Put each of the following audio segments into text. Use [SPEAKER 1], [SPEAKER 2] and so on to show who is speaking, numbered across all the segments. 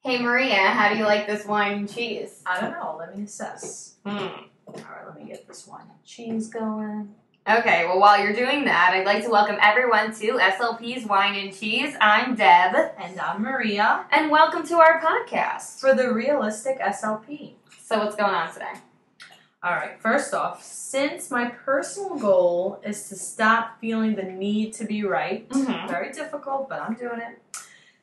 [SPEAKER 1] Hey Maria, how do you like this wine and cheese?
[SPEAKER 2] I don't know. Let me assess.
[SPEAKER 1] Hmm.
[SPEAKER 2] All right, let me get this one cheese going.
[SPEAKER 1] Okay, well, while you're doing that, I'd like to welcome everyone to SLP's Wine and Cheese. I'm Deb,
[SPEAKER 2] And I'm Maria
[SPEAKER 1] and welcome to our podcast.
[SPEAKER 2] for the realistic SLP.
[SPEAKER 1] So, what's going on today?
[SPEAKER 2] All right, first off, since my personal goal is to stop feeling the need to be right,
[SPEAKER 1] Mhm.
[SPEAKER 2] very difficult, but I'm doing it.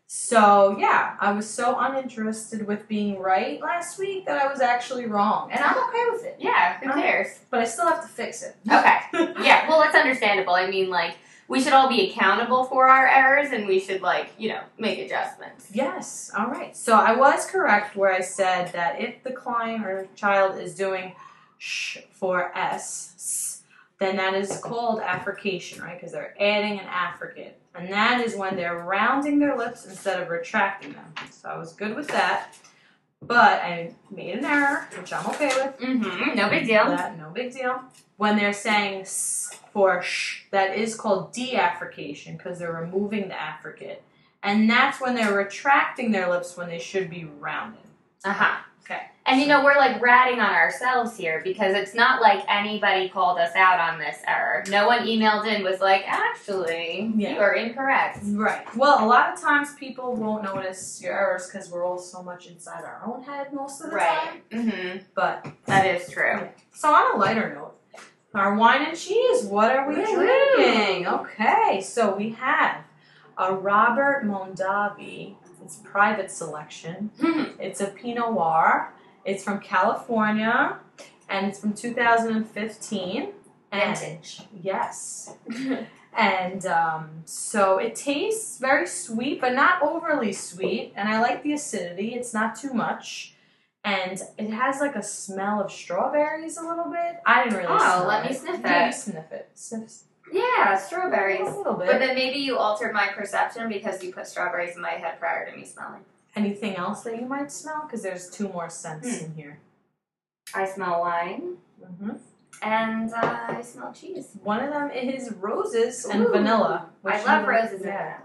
[SPEAKER 2] So, yeah, I was so uninterested with being right last week that I was actually wrong. And I'm okay with it,
[SPEAKER 1] Yeah, who
[SPEAKER 2] Um,
[SPEAKER 1] cares?
[SPEAKER 2] but I still have to fix it.
[SPEAKER 1] Okay. Yeah, well, that's understandable. I mean, like, we should all be accountable for our errors and we should, like, you know, make adjustments.
[SPEAKER 2] Yes, all right. So I was correct where I said that if the client or child is doing sh for s, s, then that is called affrication, right? Because they're adding an affricate. And that is when they're rounding their lips instead of retracting them. So I was good with that. But I made an error, which I'm okay with.
[SPEAKER 1] Mm-hmm. No big deal.
[SPEAKER 2] That, no big deal. When they're saying s for sh, that is called deaffrication because they're removing the affricate. And that's when they're retracting their lips when they should be rounded.
[SPEAKER 1] Uh-huh.
[SPEAKER 2] Okay.
[SPEAKER 1] And you know, we're like ratting on ourselves here because it's not like anybody called us out on this error. No one emailed in was like, actually,
[SPEAKER 2] Yeah.
[SPEAKER 1] you are incorrect.
[SPEAKER 2] Right. Well, a lot of times people won't notice your errors because we're all so much inside our own head most of the time.
[SPEAKER 1] Mm-hmm.
[SPEAKER 2] But
[SPEAKER 1] That is true.
[SPEAKER 2] so on a lighter note, our wine and cheese. What are we
[SPEAKER 1] Woo-hoo.
[SPEAKER 2] drinking? Okay, so we have a Robert Mondavi. It's private selection. It's a Pinot Noir. It's from California, and it's from 2015. And
[SPEAKER 1] Vintage.
[SPEAKER 2] yes, and um, so it tastes very sweet, but not overly sweet. And I like the acidity; it's not too much. And it has like a smell of strawberries a little bit. I didn't really.
[SPEAKER 1] Oh,
[SPEAKER 2] smell
[SPEAKER 1] let me
[SPEAKER 2] it.
[SPEAKER 1] sniff
[SPEAKER 2] Yeah,
[SPEAKER 1] it.
[SPEAKER 2] you sniff it. Sniff, sniff
[SPEAKER 1] yeah,
[SPEAKER 2] a
[SPEAKER 1] strawberries.
[SPEAKER 2] little bit.
[SPEAKER 1] But then maybe you altered my perception because you put strawberries in my head prior to me smelling.
[SPEAKER 2] Anything else that you might smell? Because there's two more
[SPEAKER 1] Hmm.
[SPEAKER 2] scents in here.
[SPEAKER 1] I smell wine
[SPEAKER 2] Mm-hmm.
[SPEAKER 1] and uh, I smell cheese.
[SPEAKER 2] One of them is roses and
[SPEAKER 1] Ooh.
[SPEAKER 2] vanilla.
[SPEAKER 1] I
[SPEAKER 2] which
[SPEAKER 1] love
[SPEAKER 2] you-
[SPEAKER 1] roses and
[SPEAKER 2] yeah.
[SPEAKER 1] vanilla.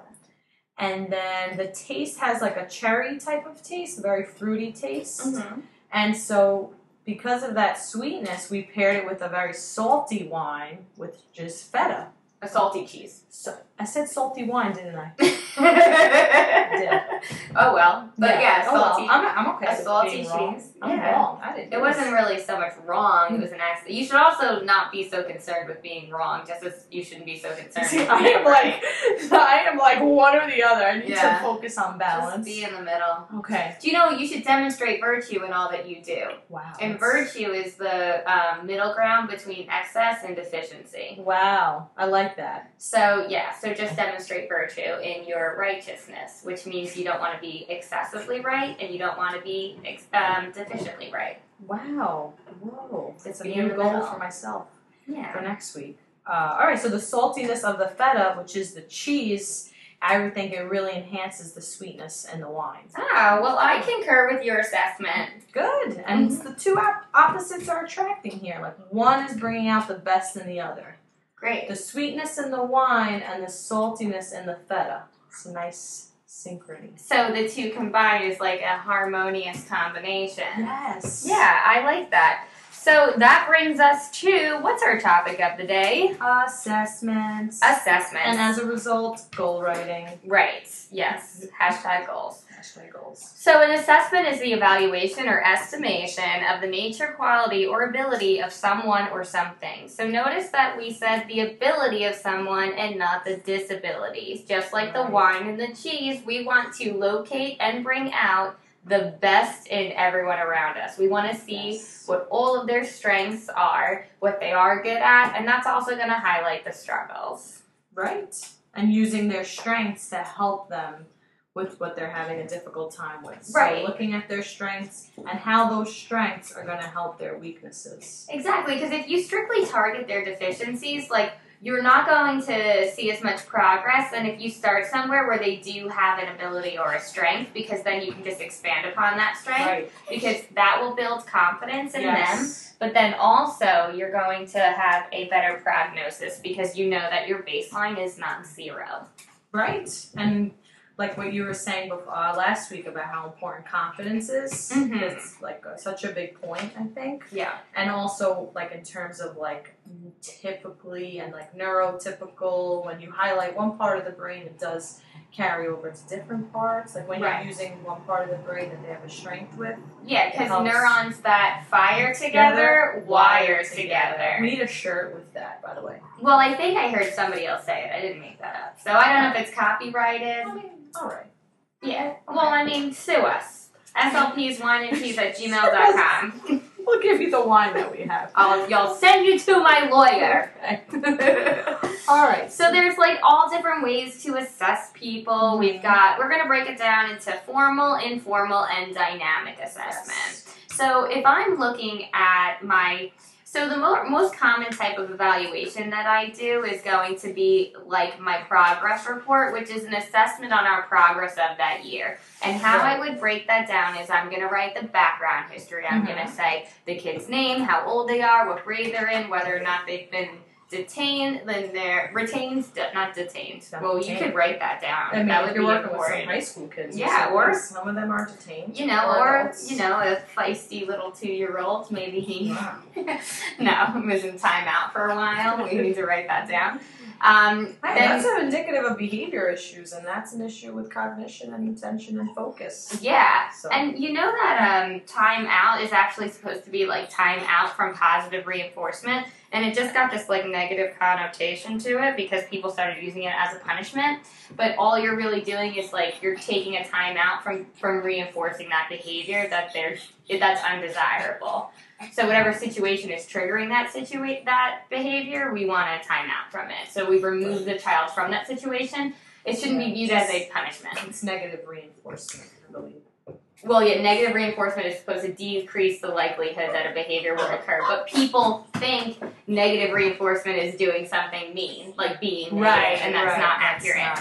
[SPEAKER 2] And then the taste has like a cherry type of taste, very fruity taste.
[SPEAKER 1] Mm-hmm.
[SPEAKER 2] And so because of that sweetness, we paired it with a very salty wine, which is feta.
[SPEAKER 1] A salty cheese.
[SPEAKER 2] So I said salty wine, didn't I?
[SPEAKER 1] Oh well, but yeah,
[SPEAKER 2] oh, well,
[SPEAKER 1] salty.
[SPEAKER 2] I'm, I'm okay.
[SPEAKER 1] A
[SPEAKER 2] with
[SPEAKER 1] salty
[SPEAKER 2] being wrong.
[SPEAKER 1] cheese,
[SPEAKER 2] I'm
[SPEAKER 1] yeah.
[SPEAKER 2] wrong. I didn't.
[SPEAKER 1] It
[SPEAKER 2] do
[SPEAKER 1] wasn't
[SPEAKER 2] this.
[SPEAKER 1] really so much wrong, it was an accident. You should also not be so concerned with being wrong, just as you shouldn't be so concerned
[SPEAKER 2] See,
[SPEAKER 1] with
[SPEAKER 2] I
[SPEAKER 1] being
[SPEAKER 2] am
[SPEAKER 1] right.
[SPEAKER 2] like, I am like one or the other. I need
[SPEAKER 1] Yeah.
[SPEAKER 2] to focus on
[SPEAKER 1] Just
[SPEAKER 2] balance.
[SPEAKER 1] be in the middle.
[SPEAKER 2] okay.
[SPEAKER 1] Do you know you should demonstrate virtue in all that you do?
[SPEAKER 2] Wow.
[SPEAKER 1] And virtue is the um, middle ground between excess and deficiency.
[SPEAKER 2] Wow. I like that.
[SPEAKER 1] So, yeah, so just demonstrate virtue in your righteousness, which means you don't want to be excessively right and you don't want to be ex- um, deficiently right.
[SPEAKER 2] Wow. Whoa. That's a
[SPEAKER 1] Be in
[SPEAKER 2] new
[SPEAKER 1] the
[SPEAKER 2] goal
[SPEAKER 1] middle.
[SPEAKER 2] for myself for
[SPEAKER 1] Yeah.
[SPEAKER 2] next week. Uh, all right, so the saltiness of the feta, which is the cheese, I would think it really enhances the sweetness in the wine.
[SPEAKER 1] Ah, well, I concur with your assessment.
[SPEAKER 2] Good. And it's the two op- opposites are attracting here. Like one is bringing out the best in the other.
[SPEAKER 1] Great.
[SPEAKER 2] The sweetness in the wine and the saltiness in the feta. It's a nice synchrony.
[SPEAKER 1] So the two combined is like a harmonious combination.
[SPEAKER 2] Yes.
[SPEAKER 1] Yeah, I like that. So that brings us to what's our topic of the day?
[SPEAKER 2] Assessments.
[SPEAKER 1] Assessment.
[SPEAKER 2] and as a result, goal writing.
[SPEAKER 1] right. Yes. Hashtag goals.
[SPEAKER 2] Hashtag goals.
[SPEAKER 1] So, an assessment is the evaluation or estimation of the nature, quality, or ability of someone or something. So, notice that we said the ability of someone and not the disabilities. Just like the
[SPEAKER 2] Right.
[SPEAKER 1] wine and the cheese, we want to locate and bring out the best in everyone around us. We want to see
[SPEAKER 2] Yes.
[SPEAKER 1] what all of their strengths are, what they are good at, and that's also going to highlight the struggles.
[SPEAKER 2] Right. And using their strengths to help them with what they're having a difficult time with. So
[SPEAKER 1] Right.
[SPEAKER 2] looking at their strengths and how those strengths are going to help their weaknesses.
[SPEAKER 1] Exactly, because if you strictly target their deficiencies, like you're not going to see as much progress than if you start somewhere where they do have an ability or a strength, because then you can just expand upon that strength,
[SPEAKER 2] Right.
[SPEAKER 1] because that will build confidence in them.
[SPEAKER 2] Yes.
[SPEAKER 1] But then also, you're going to have a better prognosis because you know that your baseline is not zero.
[SPEAKER 2] Right. And like what you were saying before, uh, last week about how important confidence is.
[SPEAKER 1] Mhm.
[SPEAKER 2] It's like uh, such a big point, I think.
[SPEAKER 1] Yeah.
[SPEAKER 2] And also, like in terms of like typically and like neurotypical, when you highlight one part of the brain, it does carry over to different parts. Like when
[SPEAKER 1] Right.
[SPEAKER 2] you're using one part of the brain that they have a strength with,
[SPEAKER 1] Yeah,
[SPEAKER 2] It
[SPEAKER 1] because
[SPEAKER 2] helps.
[SPEAKER 1] neurons that fire together wire together.
[SPEAKER 2] We need a shirt with that, by the way.
[SPEAKER 1] Well, I think I heard somebody else say it. I didn't make that up. So I don't know if it's copyrighted.
[SPEAKER 2] I mean, all right.
[SPEAKER 1] Yeah. Well, I mean, sue us. SLPs, wine and cheese at gmail.com.
[SPEAKER 2] We'll give you the wine that we have.
[SPEAKER 1] I'll, y'all send you to my lawyer.
[SPEAKER 2] All right.
[SPEAKER 1] so there's like all different ways to assess people. We've got, we're going to break it down into formal, informal, and dynamic assessment. So if I'm looking at my so the mo- most common type of evaluation that I do is going to be like my progress report, which is an assessment on our progress of that year. And how I would break that down is I'm going to write the background history. I'm
[SPEAKER 2] Mm-hmm.
[SPEAKER 1] going to say the kid's name, how old they are, what grade they're in, whether or not they've been detained, then they're retained, not detained.
[SPEAKER 2] Not
[SPEAKER 1] well, you could
[SPEAKER 2] detained.
[SPEAKER 1] write that down.
[SPEAKER 2] I mean,
[SPEAKER 1] that
[SPEAKER 2] if
[SPEAKER 1] would
[SPEAKER 2] you're
[SPEAKER 1] be
[SPEAKER 2] working with some
[SPEAKER 1] important.
[SPEAKER 2] high school kids,
[SPEAKER 1] Yeah,
[SPEAKER 2] something,
[SPEAKER 1] or-
[SPEAKER 2] some of them are detained.
[SPEAKER 1] You know,
[SPEAKER 2] Or
[SPEAKER 1] or
[SPEAKER 2] adults.
[SPEAKER 1] you know, a feisty little two-year-old, maybe he
[SPEAKER 2] Wow.
[SPEAKER 1] no, was in timeout for a while. We need to write that down. Um,
[SPEAKER 2] Hey,
[SPEAKER 1] then-
[SPEAKER 2] that's indicative of behavior issues, and that's an issue with cognition and attention and focus.
[SPEAKER 1] yeah.
[SPEAKER 2] So,
[SPEAKER 1] And you know that um, time out is actually supposed to be like time out from positive reinforcement, and it just got this like negative connotation to it because people started using it as a punishment. But all you're really doing is like you're taking a time out from from reinforcing that behavior that there's that's undesirable. So whatever situation is triggering that situate that behavior, we want to time out from it. So we remove the child from that situation. It shouldn't be viewed as a punishment.
[SPEAKER 2] it's negative reinforcement, I believe.
[SPEAKER 1] Well, yeah, negative reinforcement is supposed to decrease the likelihood that a behavior will occur, but people think negative reinforcement is doing something mean, like being mean, and that's not accurate.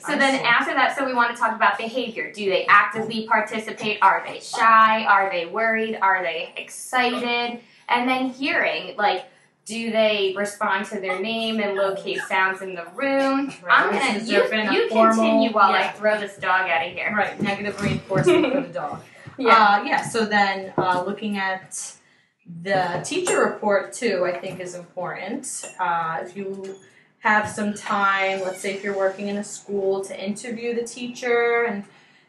[SPEAKER 1] So then after that, so we want to talk about behavior. Do they actively participate? Are they shy? Are they worried? Are they excited? And then hearing, like, do they respond to their name and locate sounds in the room? I'm gonna you, you continue while I throw this dog out of here.
[SPEAKER 2] Right, negative reinforcement for the dog. Uh, yeah, so then uh, looking at the teacher report too, I think is important. Uh, if you have some time, let's say if you're working in a school, to interview the teacher and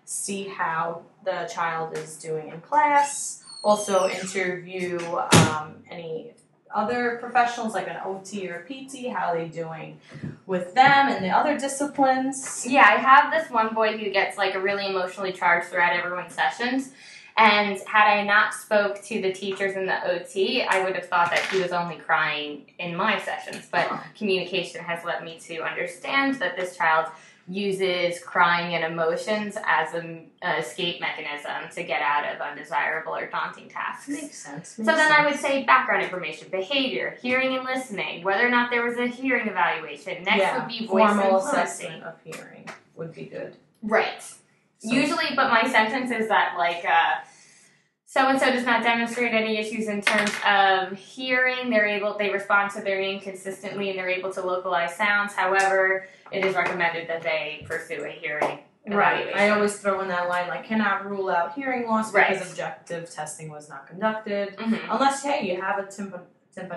[SPEAKER 2] see how the child is doing in class. Also, interview um, any other professionals like an OT or PT, how they doing with them and the other disciplines.
[SPEAKER 1] Yeah, I have this one boy who gets like a really emotionally charged throughout everyone's sessions. And had I not spoke to the teachers in the OT, I would have thought that he was only crying in my sessions. But communication has led me to understand that this child uses crying and emotions as an escape mechanism to get out of undesirable or daunting tasks.
[SPEAKER 2] Makes sense.
[SPEAKER 1] So then I would say background information, behavior, hearing and listening, whether or not there was a hearing evaluation. Next
[SPEAKER 2] Yeah,
[SPEAKER 1] would be voice
[SPEAKER 2] formal
[SPEAKER 1] and fluency.
[SPEAKER 2] assessment of hearing would be good.
[SPEAKER 1] Right.
[SPEAKER 2] So-
[SPEAKER 1] Usually, but my sentence is that like so and so does not demonstrate any issues in terms of hearing. They're able they respond to their name consistently and they're able to localize sounds. However, it is recommended that they pursue a hearing.
[SPEAKER 2] Right. I
[SPEAKER 1] evaluation.
[SPEAKER 2] always throw in that line like cannot rule out hearing loss
[SPEAKER 1] Right.
[SPEAKER 2] because objective testing was not conducted.
[SPEAKER 1] Mhm.
[SPEAKER 2] Unless hey, you have a tympan-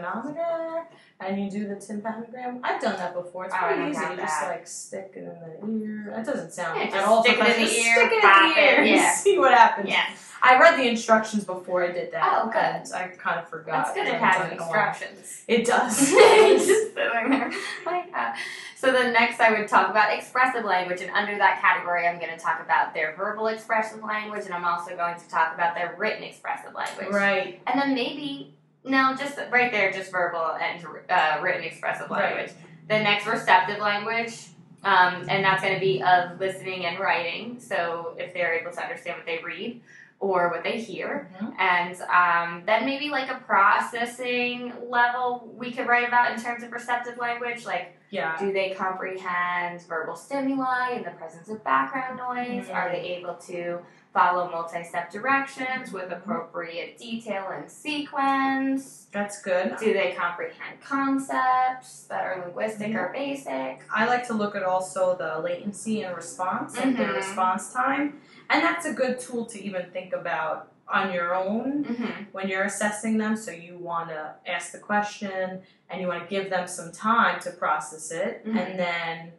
[SPEAKER 2] tympanometer and you do the tympanogram. I've done that before. It's
[SPEAKER 1] Oh, I
[SPEAKER 2] pretty
[SPEAKER 1] don't
[SPEAKER 2] easy.
[SPEAKER 1] have
[SPEAKER 2] You just
[SPEAKER 1] that.
[SPEAKER 2] like stick it in the ear. That doesn't sound
[SPEAKER 1] Yeah,
[SPEAKER 2] at
[SPEAKER 1] just
[SPEAKER 2] all
[SPEAKER 1] stick it in the
[SPEAKER 2] professional.
[SPEAKER 1] ear,
[SPEAKER 2] Stick it in
[SPEAKER 1] pop
[SPEAKER 2] the ear
[SPEAKER 1] it,
[SPEAKER 2] and
[SPEAKER 1] yeah.
[SPEAKER 2] see what happens.
[SPEAKER 1] Yeah,
[SPEAKER 2] I read the instructions before I did that.
[SPEAKER 1] Oh, good.
[SPEAKER 2] and I kind of forgot.
[SPEAKER 1] that's good.
[SPEAKER 2] and
[SPEAKER 1] It
[SPEAKER 2] I've
[SPEAKER 1] has
[SPEAKER 2] done in a while.
[SPEAKER 1] instructions.
[SPEAKER 2] It does.
[SPEAKER 1] Just sitting there like that. So then next I would talk about expressive language, and under that category, I'm going to talk about their verbal expressive language, and I'm also going to talk about their written expressive language.
[SPEAKER 2] right.
[SPEAKER 1] And then maybe, no, just right there, just verbal and uh, written expressive
[SPEAKER 2] Right.
[SPEAKER 1] language. The next, receptive language, um, and that's going to be of listening and writing. So if they're able to understand what they read or what they hear. And um, then maybe like a processing level we could write about in terms of receptive language, like
[SPEAKER 2] Yeah.
[SPEAKER 1] Do they comprehend verbal stimuli in the presence of background noise? Are they able to follow multi step directions with appropriate detail and sequence?
[SPEAKER 2] That's good.
[SPEAKER 1] Do they comprehend concepts that are linguistic or basic?
[SPEAKER 2] I like to look at also the latency and response and the
[SPEAKER 1] Mhm.
[SPEAKER 2] response time. And that's a good tool to even think about on your own
[SPEAKER 1] Mm-hmm.
[SPEAKER 2] when you're assessing them. So you want to ask the question and you want to give them some time to process it.
[SPEAKER 1] Mhm.
[SPEAKER 2] And then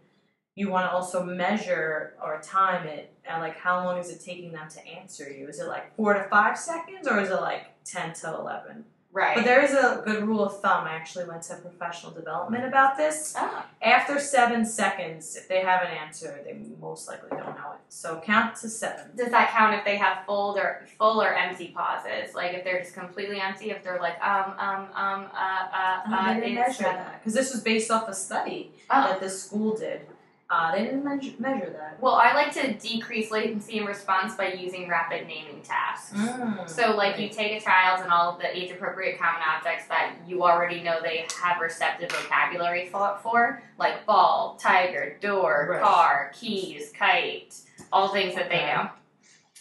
[SPEAKER 2] you want to also measure or time it and like how long is it taking them to answer you? Is it like four to five seconds or is it like 10 to 11?
[SPEAKER 1] Right.
[SPEAKER 2] But there is a good rule of thumb. I actually went to professional development about this.
[SPEAKER 1] oh.
[SPEAKER 2] After seven seconds, if they haven't answered, they most likely don't know it. So count to seven.
[SPEAKER 1] Does that count if they have full or full or empty pauses? Like if they're just completely empty, if they're like um um um uh uh uh it's not-
[SPEAKER 2] because this was based off a study
[SPEAKER 1] Oh.
[SPEAKER 2] that the school did. Uh, they didn't measure, measure that.
[SPEAKER 1] Well, I like to decrease latency and response by using rapid naming tasks.
[SPEAKER 2] Mm,
[SPEAKER 1] So, like, you take a child's and all of the age appropriate common objects that you already know they have receptive vocabulary for, for like ball, tiger, door,
[SPEAKER 2] Right.
[SPEAKER 1] car, keys, kite, all things that they
[SPEAKER 2] Okay.
[SPEAKER 1] know.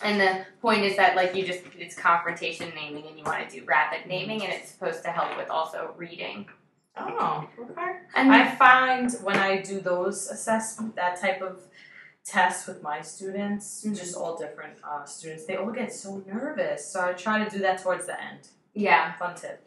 [SPEAKER 1] And the point is that, like, you just, it's confrontation naming and you want to do rapid naming and it's supposed to help with also reading.
[SPEAKER 2] Oh, okay.
[SPEAKER 1] And
[SPEAKER 2] I find when I do those assessment, that type of test with my students,
[SPEAKER 1] Mhm.
[SPEAKER 2] just all different uh, students, they all get so nervous. So I try to do that towards the end.
[SPEAKER 1] yeah.
[SPEAKER 2] Fun tip.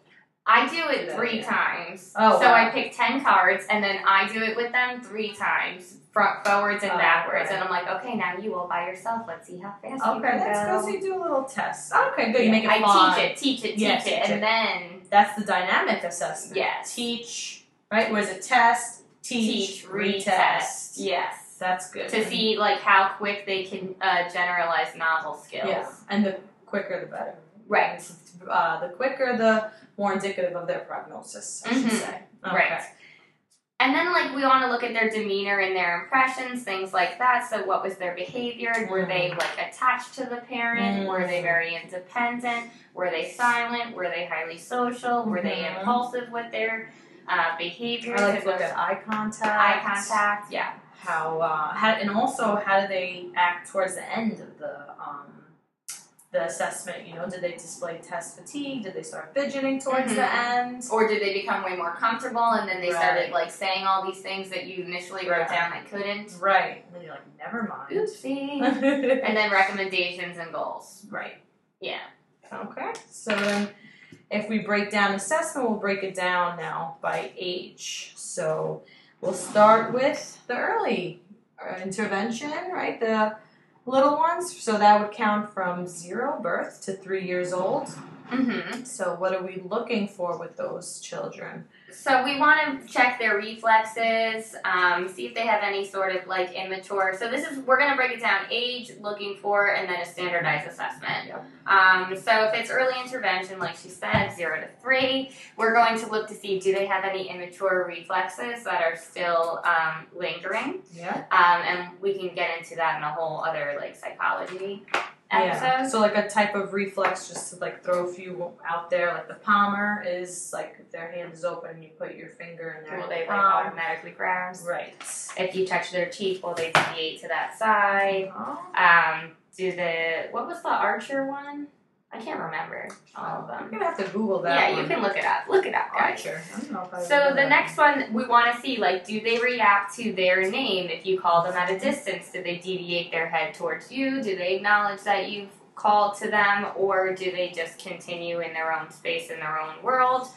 [SPEAKER 1] I do it
[SPEAKER 2] Yeah,
[SPEAKER 1] three
[SPEAKER 2] yeah.
[SPEAKER 1] times.
[SPEAKER 2] Oh,
[SPEAKER 1] so
[SPEAKER 2] wow.
[SPEAKER 1] I pick ten cards and then I do it with them three times, front, forwards and
[SPEAKER 2] Oh,
[SPEAKER 1] backwards.
[SPEAKER 2] right.
[SPEAKER 1] And I'm like, okay, now you all by yourself. Let's see how fast you
[SPEAKER 2] Okay,
[SPEAKER 1] can
[SPEAKER 2] that's
[SPEAKER 1] go.
[SPEAKER 2] good. So you do a little test. Okay, good. You make it
[SPEAKER 1] I
[SPEAKER 2] fun.
[SPEAKER 1] teach it, teach it, teach
[SPEAKER 2] Yeah,
[SPEAKER 1] it,
[SPEAKER 2] teach
[SPEAKER 1] and then
[SPEAKER 2] That's the dynamic assessment.
[SPEAKER 1] Yes.
[SPEAKER 2] Teach, right? Where's it test, teach,
[SPEAKER 1] teach,
[SPEAKER 2] retest.
[SPEAKER 1] Yes.
[SPEAKER 2] That's good.
[SPEAKER 1] To see like how quick they can uh, generalize novel skills.
[SPEAKER 2] Yeah. And the quicker the better.
[SPEAKER 1] Right.
[SPEAKER 2] Uh, the quicker the more indicative of their prognosis, I should
[SPEAKER 1] Mhm.
[SPEAKER 2] say. Okay.
[SPEAKER 1] Right. And then, like, we want to look at their demeanor and their impressions, things like that. So, what was their behavior? Were they, like, attached to the parent?
[SPEAKER 2] Mm.
[SPEAKER 1] Were they very independent? Were they silent? Were they highly social? Were they
[SPEAKER 2] Mhm.
[SPEAKER 1] impulsive with their uh, behavior?
[SPEAKER 2] I like to look at eye contact.
[SPEAKER 1] eye contact. Yeah.
[SPEAKER 2] How uh, how and also how do they act towards the end of the um, the assessment? You know, did they display test fatigue? Did they start fidgeting towards the end?
[SPEAKER 1] Or did they become way more comfortable and then they
[SPEAKER 2] Right.
[SPEAKER 1] started, like, saying all these things that you initially wrote
[SPEAKER 2] Right.
[SPEAKER 1] down that couldn't?
[SPEAKER 2] Right. And then you're like, never mind.
[SPEAKER 1] Oopsie.
[SPEAKER 2] right.
[SPEAKER 1] and then recommendations and goals. Yeah.
[SPEAKER 2] Okay. So then, if we break down assessment, we'll break it down now by age. So we'll start with the early uh, intervention, right? The little ones. So that would count from zero birth to three years old.
[SPEAKER 1] Mm-hmm.
[SPEAKER 2] So what are we looking for with those children?
[SPEAKER 1] So we want to check their reflexes, um, see if they have any sort of like immature. So this is we're going to break it down: age, looking for, and then a standardized assessment.
[SPEAKER 2] Yep.
[SPEAKER 1] Um, so if it's early intervention, like she said, zero to three, we're going to look to see do they have any immature reflexes that are still um, lingering,
[SPEAKER 2] Yeah.
[SPEAKER 1] um, and we can get into that in a whole other like psychology episode.
[SPEAKER 2] So like a type of reflex, just to like throw a few out there. Like the palmer is like if their hand is open, you put your finger in their
[SPEAKER 1] Will they like
[SPEAKER 2] palm.
[SPEAKER 1] automatically grasp?
[SPEAKER 2] Right.
[SPEAKER 1] Um, If you touch their cheek, will they deviate to that side?
[SPEAKER 2] Oh.
[SPEAKER 1] Um, do the what was the Archer one? I can't remember all of
[SPEAKER 2] I'm
[SPEAKER 1] them.
[SPEAKER 2] gonna have to Google that.
[SPEAKER 1] Yeah, you
[SPEAKER 2] one.
[SPEAKER 1] can look it up. Look it up, guys.
[SPEAKER 2] Archer. I don't know if I
[SPEAKER 1] So
[SPEAKER 2] remember
[SPEAKER 1] the
[SPEAKER 2] that.
[SPEAKER 1] next one we want to see like, do they react to their name if you call them at a distance? Do they deviate their head towards you? Do they acknowledge that you've called to them, or do they just continue in their own space in their own world?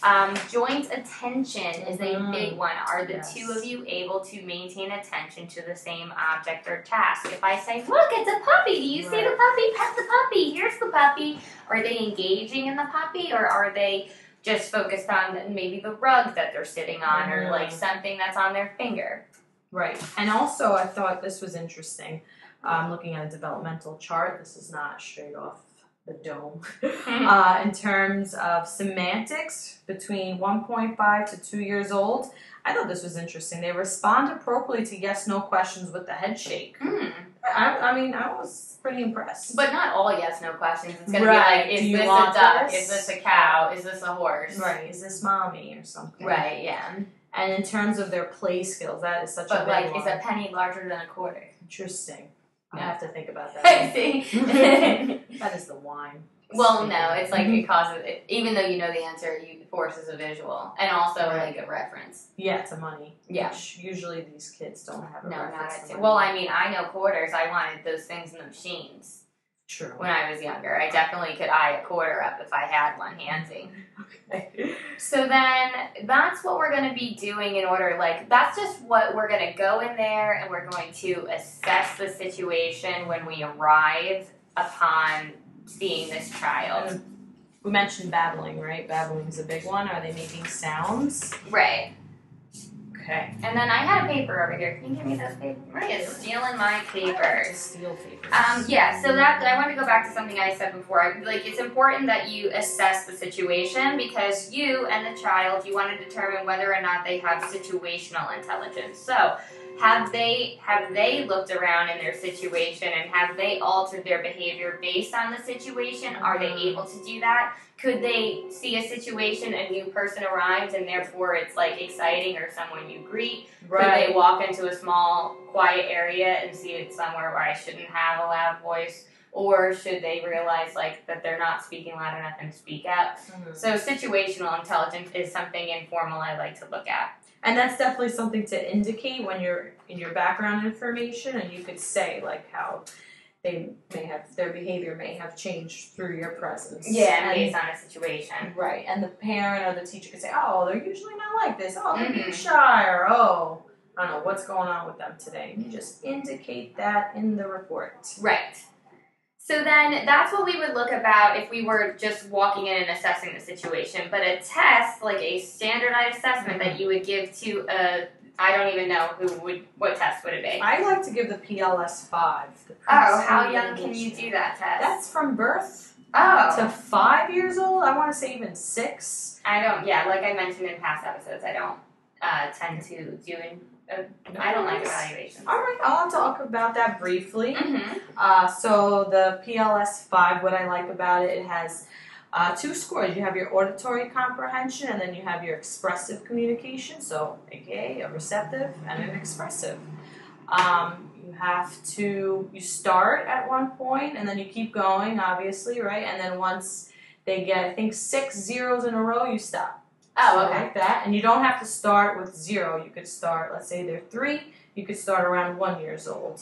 [SPEAKER 1] Um, joint attention is a
[SPEAKER 2] Mhm.
[SPEAKER 1] big one. Are the
[SPEAKER 2] Yes.
[SPEAKER 1] two of you able to maintain attention to the same object or task? If I say, "Look, it's a puppy. Do you see the puppy? Pet the puppy. Here's the puppy." Are they engaging in the puppy, or are they just focused on maybe the rug that they're sitting on or
[SPEAKER 2] Mm.
[SPEAKER 1] like something that's on their finger.
[SPEAKER 2] Right. And also, I thought this was interesting. Um, looking at a developmental chart, this is not straight off the dome.
[SPEAKER 1] Mm.
[SPEAKER 2] uh, in terms of semantics, between 1.5 to 2 years old, I thought this was interesting. They respond appropriately to yes no questions with the head shake.
[SPEAKER 1] Hmm.
[SPEAKER 2] I, I mean, I was pretty impressed.
[SPEAKER 1] But not all yes no questions. It's gonna
[SPEAKER 2] Right.
[SPEAKER 1] be like,
[SPEAKER 2] Do
[SPEAKER 1] is
[SPEAKER 2] you
[SPEAKER 1] this a
[SPEAKER 2] want
[SPEAKER 1] duck?
[SPEAKER 2] this?
[SPEAKER 1] Is this a cow? Is this a horse?
[SPEAKER 2] right, is this mommy or something?
[SPEAKER 1] Right, yeah.
[SPEAKER 2] And in terms of their play skills, that is such a
[SPEAKER 1] But
[SPEAKER 2] big
[SPEAKER 1] like,
[SPEAKER 2] one.
[SPEAKER 1] is a penny larger than a quarter?
[SPEAKER 2] Interesting. I
[SPEAKER 1] Yeah.
[SPEAKER 2] have to think about that.
[SPEAKER 1] See?
[SPEAKER 2] that is the wine. Mhm.
[SPEAKER 1] well, no, it's
[SPEAKER 2] Mm-hmm.
[SPEAKER 1] like it causes. It, even though you know the answer, you it forces a visual and also
[SPEAKER 2] Right.
[SPEAKER 1] like a reference.
[SPEAKER 2] Yeah, to money.
[SPEAKER 1] Yeah.
[SPEAKER 2] Which usually these kids don't have. A
[SPEAKER 1] No, not
[SPEAKER 2] reference
[SPEAKER 1] at
[SPEAKER 2] to
[SPEAKER 1] two.
[SPEAKER 2] money.
[SPEAKER 1] Well, I mean, I know quarters. I wanted those things in the machines
[SPEAKER 2] true.
[SPEAKER 1] when I was younger. I definitely could eye a quarter up if I had one handy. So then that's what we're going to be doing in order. Like, that's just what we're going to go in there and we're going to assess the situation when we arrive upon seeing this child.
[SPEAKER 2] we mentioned babbling, right? Babbling is a big one. Are they making sounds?
[SPEAKER 1] Right.
[SPEAKER 2] Okay.
[SPEAKER 1] And then I had a paper over here. Can you give me those papers? Maria's stealing my
[SPEAKER 2] To
[SPEAKER 1] papers.
[SPEAKER 2] steal papers.
[SPEAKER 1] Um, yeah, so that I want to go back to something I said before. I- Like, it's important that you assess the situation because you and the child, you want to determine whether or not they have situational intelligence. So, have they have they looked around in their situation and have they altered their behavior based on the situation? Are they able to do that? Could they see a situation, a new person arrives, and therefore it's like exciting or someone you greet? Could
[SPEAKER 2] right.
[SPEAKER 1] they walk into a small, quiet area and see it somewhere where I shouldn't have a loud voice? Or should they realize like that they're not speaking loud enough and speak up?
[SPEAKER 2] Mhm.
[SPEAKER 1] So situational intelligence is something informal I like to look at.
[SPEAKER 2] And that's definitely something to indicate when you're in your background information, and you could say like how they may have their behavior may have changed through your presence.
[SPEAKER 1] And
[SPEAKER 2] And
[SPEAKER 1] based on a situation.
[SPEAKER 2] Right, and the parent or the teacher could say, "Oh, they're usually not like this. Oh, they're being
[SPEAKER 1] Mhm.
[SPEAKER 2] shy, or oh, I don't know what's going on with them today." You
[SPEAKER 1] Mm-hmm.
[SPEAKER 2] just indicate that in the report.
[SPEAKER 1] Right. So then that's what we would look about if we were just walking in and assessing the situation. But a test, like a standardized assessment that you would give to a I don't even know who would what test would it be?
[SPEAKER 2] I like to give the PLS five. The
[SPEAKER 1] Oh,
[SPEAKER 2] preschool
[SPEAKER 1] how young can you
[SPEAKER 2] age.
[SPEAKER 1] do that test?
[SPEAKER 2] That's from birth to
[SPEAKER 1] Oh,
[SPEAKER 2] five years old. I want to say even six.
[SPEAKER 1] I don't. Yeah, like I mentioned in past episodes, I don't uh, tend to do. In, I don't like evaluations.
[SPEAKER 2] All right, I'll talk about that briefly.
[SPEAKER 1] Mm-hmm.
[SPEAKER 2] Uh, so the PLS five, what I like about it, it has uh, two scores. You have your auditory comprehension, and then you have your expressive communication. So, aka a receptive and an expressive. Um, you have to you start at one point, and then you keep going, obviously, right? And then once they get, I think, six zeros in a row, you stop.
[SPEAKER 1] Oh,
[SPEAKER 2] So
[SPEAKER 1] okay.
[SPEAKER 2] Like that, and you don't have to start with zero. You could start, let's say they're three. You could start around one years old,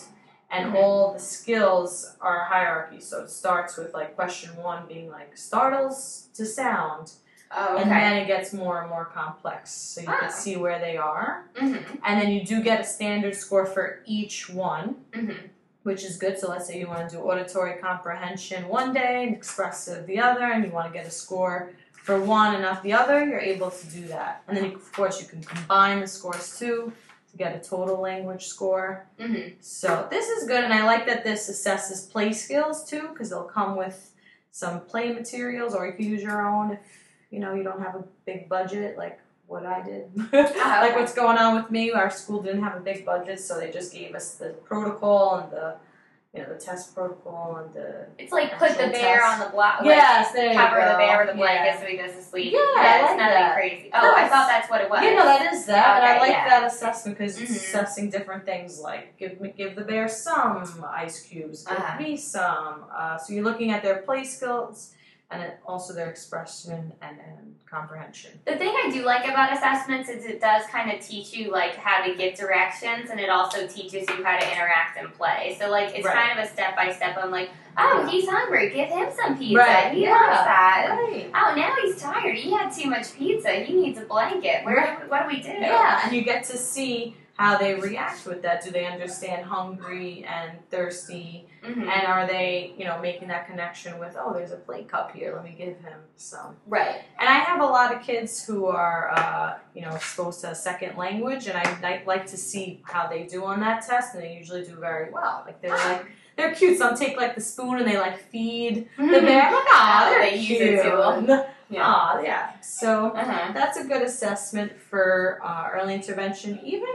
[SPEAKER 2] and
[SPEAKER 1] Mhm.
[SPEAKER 2] all the skills are hierarchy. So it starts with like question one being like startles to sound,
[SPEAKER 1] Oh, okay.
[SPEAKER 2] and then it gets more and more complex. So you
[SPEAKER 1] Ah.
[SPEAKER 2] can see where they are,
[SPEAKER 1] Mm-hmm.
[SPEAKER 2] and then you do get a standard score for each one.
[SPEAKER 1] Mm-hmm.
[SPEAKER 2] Which is good. So let's say you want to do auditory comprehension one day and expressive the other, and you want to get a score for one and not the other, you're able to do that. And then, you, of course, you can combine the scores too to get a total language score.
[SPEAKER 1] Mm-hmm.
[SPEAKER 2] So this is good, and I like that this assesses play skills too, because they'll come with some play materials, or you can use your own if you know you don't have a big budget, like what I did. like
[SPEAKER 1] Oh,
[SPEAKER 2] what's going on with me? Our school didn't have a big budget, so they just gave us the protocol and the you know the test protocol and the
[SPEAKER 1] It's like put the
[SPEAKER 2] Actual
[SPEAKER 1] bear
[SPEAKER 2] test.
[SPEAKER 1] on the block.
[SPEAKER 2] yes, there you
[SPEAKER 1] Cover the
[SPEAKER 2] go.
[SPEAKER 1] bear with a
[SPEAKER 2] Yeah.
[SPEAKER 1] blanket so he doesn't sleep.
[SPEAKER 2] Yeah, I
[SPEAKER 1] yeah it's
[SPEAKER 2] like
[SPEAKER 1] nothing
[SPEAKER 2] that.
[SPEAKER 1] crazy.
[SPEAKER 2] No,
[SPEAKER 1] Oh, I
[SPEAKER 2] it's-
[SPEAKER 1] thought that's what it was.
[SPEAKER 2] Yeah, no, that is that, and I
[SPEAKER 1] Okay,
[SPEAKER 2] like
[SPEAKER 1] yeah.
[SPEAKER 2] that assessment because it's
[SPEAKER 1] Mhm.
[SPEAKER 2] assessing different things like give me give the bear some ice cubes, give
[SPEAKER 1] Uh-huh.
[SPEAKER 2] me some. Uh, so you're looking at their play skills and it, also their expression and, and comprehension.
[SPEAKER 1] The thing I do like about assessments is it does kind of teach you like how to get directions, and it also teaches you how to interact and play. So like it's
[SPEAKER 2] Right.
[SPEAKER 1] kind of a step by step. I'm like, oh,
[SPEAKER 2] Yeah.
[SPEAKER 1] he's hungry, give him some pizza.
[SPEAKER 2] Right,
[SPEAKER 1] He
[SPEAKER 2] yeah.
[SPEAKER 1] loves that.
[SPEAKER 2] Right.
[SPEAKER 1] Oh, now he's tired. He had too much pizza. He needs a blanket. Where? What do we do?
[SPEAKER 2] Yeah, and you get to see how they react with that. Do they understand hungry and thirsty,
[SPEAKER 1] Mhm.
[SPEAKER 2] and are they you know making that connection with oh there's a play cup here, let me give him some.
[SPEAKER 1] Right.
[SPEAKER 2] And I have a lot of kids who are, uh, you know, exposed to a second language, and I, I like to see how they do on that test, and they usually do very well. Like they're like they're cute. Some take like the spoon and they like feed the bear. I'm like, aw, they're
[SPEAKER 1] They use
[SPEAKER 2] cute.
[SPEAKER 1] it too. Yeah.
[SPEAKER 2] Aw, yeah. So
[SPEAKER 1] Uh-huh.
[SPEAKER 2] that's a good assessment for uh, early intervention, even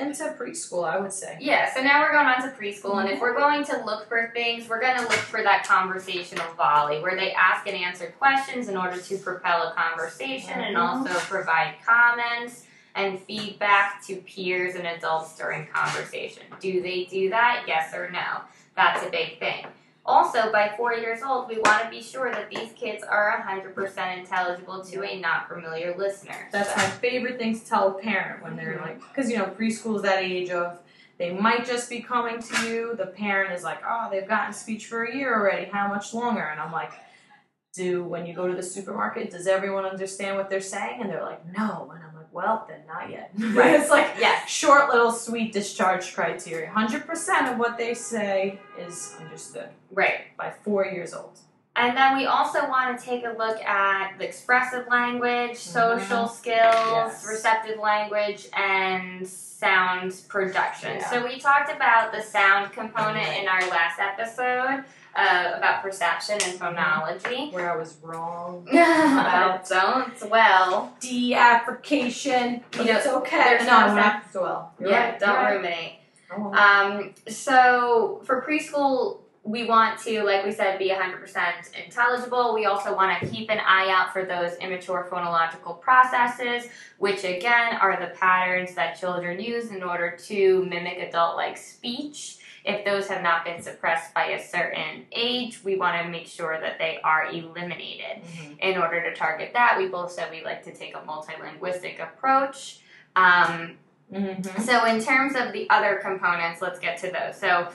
[SPEAKER 2] into preschool. I would say.
[SPEAKER 1] Yeah, so now we're going on to preschool,
[SPEAKER 2] Mhm.
[SPEAKER 1] and if we're going to look for things, we're going to look for that conversational volley where they ask and answer questions in order to propel a conversation and
[SPEAKER 2] Mhm.
[SPEAKER 1] also provide comments and feedback to peers and adults during conversation. Do they do that? Yes or no? That's a big thing. Also, by four years old, we want to be sure that these kids are 100% intelligible to a not familiar listener.
[SPEAKER 2] That's
[SPEAKER 1] So-
[SPEAKER 2] my favorite thing to tell a parent when they're
[SPEAKER 1] Mhm.
[SPEAKER 2] like, because you know preschool's that age of they might just be coming to you. The parent is like, oh, they've gotten speech for a year already. How much longer? And I'm like, do when you go to the supermarket, does everyone understand what they're saying? And they're like, no. And I'm like, well, then not yet.
[SPEAKER 1] Right.
[SPEAKER 2] it's like
[SPEAKER 1] Yes.
[SPEAKER 2] short, little, sweet discharge criteria. Hundred percent of what they say is understood
[SPEAKER 1] Right.
[SPEAKER 2] by four years old.
[SPEAKER 1] And then we also want to take a look at the expressive language, social skills,
[SPEAKER 2] Mm-hmm. Yes.
[SPEAKER 1] receptive language, and sound production.
[SPEAKER 2] Yeah.
[SPEAKER 1] So we talked about the sound component in our last episode uh, about perception and
[SPEAKER 2] Mm-hmm.
[SPEAKER 1] phonology.
[SPEAKER 2] Where I was wrong.
[SPEAKER 1] Well, don't well.
[SPEAKER 2] De-application, but
[SPEAKER 1] You know,
[SPEAKER 2] it's okay.
[SPEAKER 1] there's
[SPEAKER 2] No,
[SPEAKER 1] no
[SPEAKER 2] I'm not dwell. You're
[SPEAKER 1] yeah,
[SPEAKER 2] right.
[SPEAKER 1] don't
[SPEAKER 2] You're right.
[SPEAKER 1] ruminate.
[SPEAKER 2] I won't.
[SPEAKER 1] Um, so for preschool, we want to, like we said, be 100% intelligible. We also want to keep an eye out for those immature phonological processes, which again are the patterns that children use in order to mimic adult like speech. If those have not been suppressed by a certain age, we want to make sure that they are eliminated
[SPEAKER 2] Oh.
[SPEAKER 1] in order to target that. We both said we like to take a multilinguistic approach. Um,
[SPEAKER 2] Mhm.
[SPEAKER 1] so, in terms of the other components, let's get to those. So,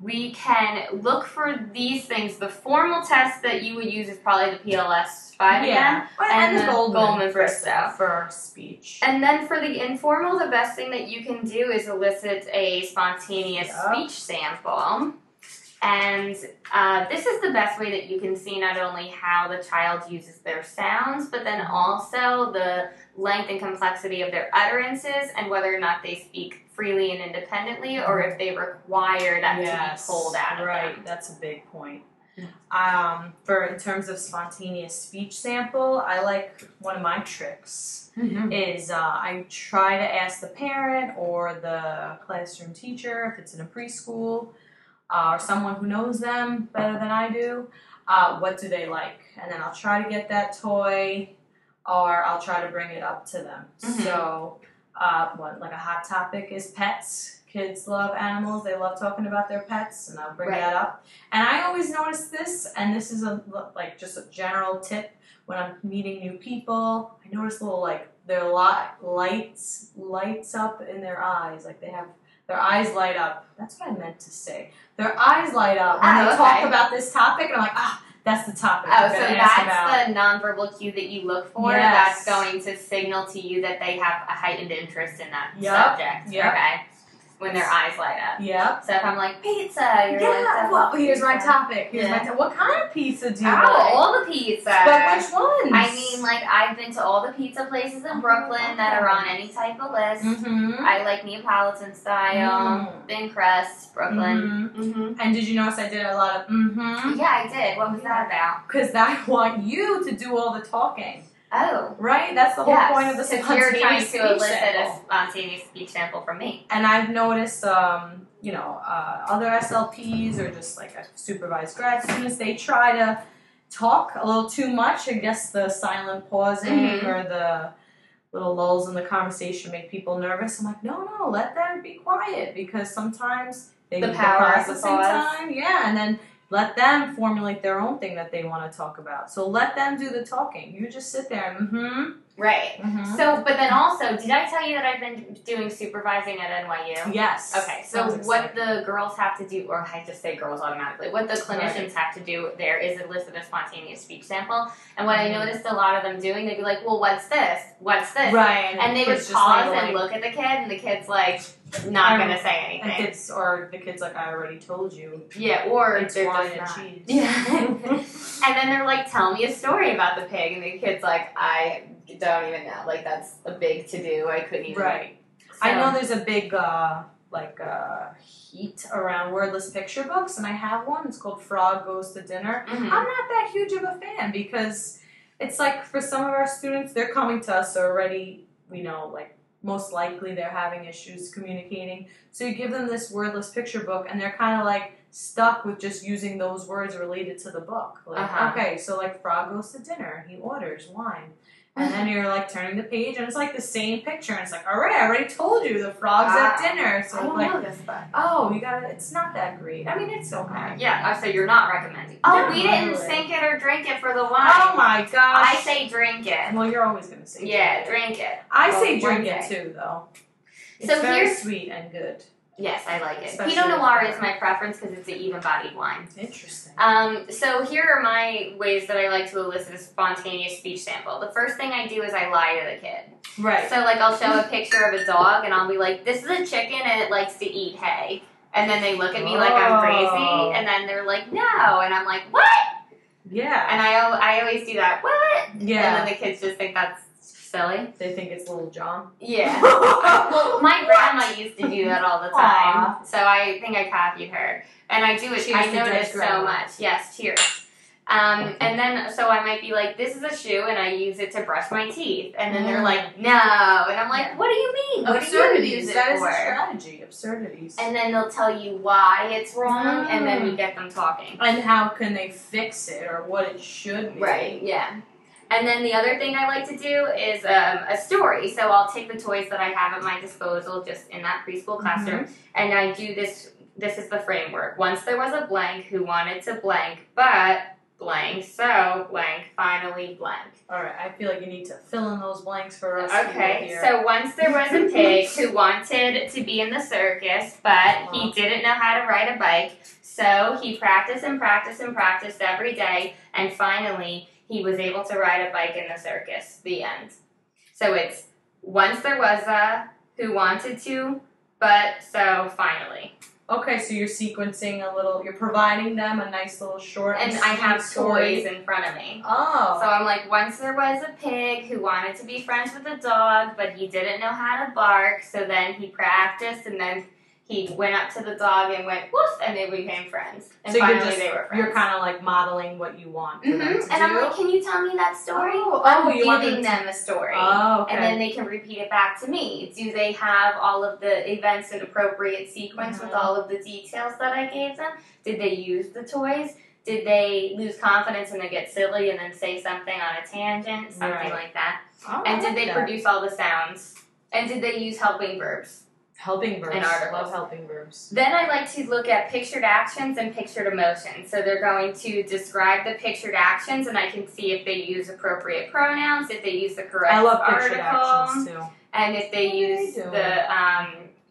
[SPEAKER 1] we can look for these things. The formal test that you would use is probably the PLS 5 again.
[SPEAKER 2] Yeah.
[SPEAKER 1] and
[SPEAKER 2] And,
[SPEAKER 1] the
[SPEAKER 2] the Goldman,
[SPEAKER 1] Goldman
[SPEAKER 2] for,
[SPEAKER 1] first though.
[SPEAKER 2] for speech.
[SPEAKER 1] And then for the informal, the best thing that you can do is elicit a spontaneous
[SPEAKER 2] Yeah.
[SPEAKER 1] speech sample. And uh, this is the best way that you can see not only how the child uses their sounds, but then also the length and complexity of their utterances and whether or not they speak freely and independently or if they require that to
[SPEAKER 2] yes,
[SPEAKER 1] be pulled out of
[SPEAKER 2] right.
[SPEAKER 1] them.
[SPEAKER 2] That's a big point.
[SPEAKER 1] Yeah.
[SPEAKER 2] Um, for in terms of spontaneous speech sample, I like one of my tricks. is uh, I try to ask the parent or the classroom teacher if it's in a preschool uh, or someone who knows them better than I do, uh, what do they like? And then I'll try to get that toy or I'll try to bring it up to them.
[SPEAKER 1] Mhm.
[SPEAKER 2] So, uh, what, like a hot topic is pets. Kids love animals, they love talking about their pets, and I'll bring
[SPEAKER 1] Right.
[SPEAKER 2] that up. And I always notice this, and this is a like just a general tip when I'm meeting new people, I notice little like their lot lights lights up in their eyes, like they have their eyes light up. That's what I meant to say. Their eyes light up when
[SPEAKER 1] Ah,
[SPEAKER 2] they
[SPEAKER 1] okay.
[SPEAKER 2] talk about this topic, and I'm like, ah, that's the topic.
[SPEAKER 1] Oh,
[SPEAKER 2] I'm
[SPEAKER 1] so
[SPEAKER 2] gonna ask about.
[SPEAKER 1] that's the nonverbal cue that you look for. That's
[SPEAKER 2] Yes.
[SPEAKER 1] going to signal to you that they have a heightened interest in that
[SPEAKER 2] Yep,
[SPEAKER 1] subject.
[SPEAKER 2] yep.
[SPEAKER 1] Okay. When their eyes light up.
[SPEAKER 2] Yep.
[SPEAKER 1] So if I'm like pizza, you're like,
[SPEAKER 2] yeah.
[SPEAKER 1] "That's
[SPEAKER 2] Well,
[SPEAKER 1] a
[SPEAKER 2] here's my
[SPEAKER 1] pizza."
[SPEAKER 2] topic. Here's my
[SPEAKER 1] Yeah.
[SPEAKER 2] to- what kind of pizza do you
[SPEAKER 1] Oh,
[SPEAKER 2] like?
[SPEAKER 1] all the pizza.
[SPEAKER 2] But which ones?
[SPEAKER 1] I mean, like I've been to all the pizza places in
[SPEAKER 2] Oh,
[SPEAKER 1] Brooklyn that are on any type of list.
[SPEAKER 2] Mm-hmm.
[SPEAKER 1] I like Neapolitan style,
[SPEAKER 2] Mm.
[SPEAKER 1] thin crust, Brooklyn. Mm-hmm.
[SPEAKER 2] And did you notice I did a lot of mm-hmm?
[SPEAKER 1] Yeah, I did. What was that about?
[SPEAKER 2] Because I want you to do all the talking.
[SPEAKER 1] Oh.
[SPEAKER 2] Right? That's the whole
[SPEAKER 1] yes,
[SPEAKER 2] point of the
[SPEAKER 1] because you're trying to
[SPEAKER 2] spontaneous speech
[SPEAKER 1] elicit
[SPEAKER 2] sample.
[SPEAKER 1] a spontaneous speech sample from me.
[SPEAKER 2] And I've noticed, um, you know, uh, other SLPs or just like a supervised grad students, they try to talk a little too much. I guess the silent pausing
[SPEAKER 1] Mhm.
[SPEAKER 2] or the little lulls in the conversation make people nervous. I'm like, no, no, let them be quiet because sometimes they
[SPEAKER 1] The
[SPEAKER 2] need
[SPEAKER 1] power of the
[SPEAKER 2] processing
[SPEAKER 1] pause.
[SPEAKER 2] time. Yeah, and then let them formulate their own thing that they want to talk about. So let them do the talking. You just sit there and mm-hmm.
[SPEAKER 1] Right.
[SPEAKER 2] mm-hmm.
[SPEAKER 1] So, but then also, did I tell you that I've been doing supervising at NYU?
[SPEAKER 2] Yes.
[SPEAKER 1] Okay, so
[SPEAKER 2] Sounds
[SPEAKER 1] what
[SPEAKER 2] exciting.
[SPEAKER 1] the girls have to do, or I just say girls automatically, what the clinicians have to do there is elicit a spontaneous speech sample. And what
[SPEAKER 2] Mhm.
[SPEAKER 1] I noticed a lot of them doing, they'd be like, well, what's this? What's this?
[SPEAKER 2] right?
[SPEAKER 1] And they would
[SPEAKER 2] it's
[SPEAKER 1] pause
[SPEAKER 2] just like,
[SPEAKER 1] and
[SPEAKER 2] like,
[SPEAKER 1] look at the kid, and the kid's like, not
[SPEAKER 2] I'm-
[SPEAKER 1] going to say
[SPEAKER 2] And
[SPEAKER 1] anything.
[SPEAKER 2] kids or the kids like I already told you.
[SPEAKER 1] Yeah, or
[SPEAKER 2] It's
[SPEAKER 1] they're
[SPEAKER 2] wine
[SPEAKER 1] just
[SPEAKER 2] and
[SPEAKER 1] not.
[SPEAKER 2] cheese.
[SPEAKER 1] Yeah. And then they're like, tell me a story about the pig. And the kid's like, I don't even know. Like, that's a big to do. I couldn't even.
[SPEAKER 2] right. I know there's a big uh, like uh, heat around wordless picture books, and I have one. It's called Frog Goes to Dinner.
[SPEAKER 1] Mhm.
[SPEAKER 2] I'm not that huge of a fan because it's like for some of our students, they're coming to us already. We know like most likely they're having issues communicating. So you give them this wordless picture book, and they're kind of like stuck with just using those words related to the book. Like,
[SPEAKER 1] Uh-huh.
[SPEAKER 2] okay, so like frog goes to dinner, he orders wine. And then you're like turning the page, and it's like the same picture. And it's like, all right, I already told you the frogs
[SPEAKER 1] Wow.
[SPEAKER 2] at dinner. So
[SPEAKER 1] Ah. I don't
[SPEAKER 2] like,
[SPEAKER 1] know this book.
[SPEAKER 2] oh, you got it's not that great. I mean, it's okay.
[SPEAKER 3] Yeah, uh, so you're not recommending.
[SPEAKER 1] Oh,
[SPEAKER 2] No,
[SPEAKER 1] we didn't
[SPEAKER 2] really.
[SPEAKER 1] sink it or drink it for the wine.
[SPEAKER 2] Oh my gosh!
[SPEAKER 1] I say drink it.
[SPEAKER 2] Well, you're always gonna say.
[SPEAKER 1] Yeah,
[SPEAKER 2] drink.
[SPEAKER 1] drink it.
[SPEAKER 2] it. I
[SPEAKER 1] well,
[SPEAKER 2] say
[SPEAKER 1] one
[SPEAKER 2] drink it too, though. It's
[SPEAKER 1] So
[SPEAKER 2] very
[SPEAKER 1] here's-
[SPEAKER 2] sweet and good.
[SPEAKER 1] Yes, I like it.
[SPEAKER 2] Especially
[SPEAKER 1] Pinot Noir
[SPEAKER 2] with-
[SPEAKER 1] is my preference because it's an even-bodied wine.
[SPEAKER 2] Interesting.
[SPEAKER 1] Um, so here are my ways that I like to elicit a spontaneous speech sample. The first thing I do is I lie to the kid.
[SPEAKER 2] Right.
[SPEAKER 1] So like I'll show a picture of a dog and I'll be like, "This is a chicken and it likes to eat hay." And then they look at me like I'm
[SPEAKER 2] Oh.
[SPEAKER 1] crazy, and then they're like, "No," and I'm like, "What?"
[SPEAKER 2] Yeah.
[SPEAKER 1] And I al- I always do that. What?
[SPEAKER 2] Yeah.
[SPEAKER 1] And then the kids just think that's silly.
[SPEAKER 2] they think it's little John.
[SPEAKER 1] Yeah. Well, my grandma used to do that all the time, so I think I copied her, and I do it.
[SPEAKER 2] Cheers
[SPEAKER 1] I
[SPEAKER 2] to Deb's
[SPEAKER 1] notice so
[SPEAKER 2] grandma.
[SPEAKER 1] much. Yes, cheers. Um, and then so I might be like, "This is a shoe," and I use it to brush my teeth, and then they're
[SPEAKER 2] Mm.
[SPEAKER 1] like, "No," and I'm like, "What do you mean? What do you use
[SPEAKER 2] absurdities.
[SPEAKER 1] it
[SPEAKER 2] That is
[SPEAKER 1] for?"
[SPEAKER 2] a strategy. Absurdities.
[SPEAKER 1] and then they'll tell you why it's wrong, and then
[SPEAKER 2] Mm.
[SPEAKER 1] you get them talking.
[SPEAKER 2] and how can they fix it or what it should be.
[SPEAKER 1] Right, yeah. And then the other thing I like to do is um, a story. So I'll take the toys that I have at my disposal just in that preschool classroom and I do this. This is the framework. Once there was a blank who wanted to blank, but blank, so blank, finally blank.
[SPEAKER 2] All right. I feel like you need to fill in those blanks for us.
[SPEAKER 1] Okay,
[SPEAKER 2] Here.
[SPEAKER 1] so once there was a pig who wanted to be in the circus, but
[SPEAKER 2] Uh-huh.
[SPEAKER 1] he didn't know how to ride a bike, so he practiced and practiced and practiced every day, and finally he was able to ride a bike in the circus. The end. So it's once there was a who wanted to, but so finally.
[SPEAKER 2] Okay, so you're sequencing a little. You're providing them a nice little short.
[SPEAKER 1] And
[SPEAKER 2] and
[SPEAKER 1] I have
[SPEAKER 2] sweet
[SPEAKER 1] toys
[SPEAKER 2] story.
[SPEAKER 1] in front of me. So
[SPEAKER 2] Oh.
[SPEAKER 1] I'm like, once there was a pig who wanted to be friends with a dog, but he didn't know how to bark. So then he practiced, and then he went up to the dog and went woof, and they became friends. And
[SPEAKER 2] So you're
[SPEAKER 1] finally,
[SPEAKER 2] just-
[SPEAKER 1] they were friends.
[SPEAKER 2] you're kind of like modeling what you want. for
[SPEAKER 1] hmm
[SPEAKER 2] them to
[SPEAKER 1] And I'm
[SPEAKER 2] do.
[SPEAKER 1] like, can you tell me that story?
[SPEAKER 2] Oh,
[SPEAKER 1] I'm
[SPEAKER 2] oh, you want
[SPEAKER 1] giving
[SPEAKER 2] them
[SPEAKER 1] them a story.
[SPEAKER 2] Oh, okay.
[SPEAKER 1] And then they can repeat it back to me. Do they have all of the events in appropriate sequence with
[SPEAKER 2] Mhm.
[SPEAKER 1] all of the details that I gave them? Did they use the toys? Did they lose confidence and then get silly and then say something on a tangent, something
[SPEAKER 2] Right.
[SPEAKER 1] like that?
[SPEAKER 2] Oh, I
[SPEAKER 1] And
[SPEAKER 2] like
[SPEAKER 1] did they
[SPEAKER 2] that.
[SPEAKER 1] produce all the sounds? And did they use helping verbs?
[SPEAKER 2] helping verbs?
[SPEAKER 1] an article?
[SPEAKER 2] Love helping verbs.
[SPEAKER 1] Then I like to look at pictured actions and pictured emotions. So they're going to describe the pictured actions, and I can see if they use appropriate pronouns, if they use the correct
[SPEAKER 2] I love
[SPEAKER 1] article.
[SPEAKER 2] pictured actions too.
[SPEAKER 1] and if they
[SPEAKER 2] What are they
[SPEAKER 1] use
[SPEAKER 2] doing?
[SPEAKER 1] the um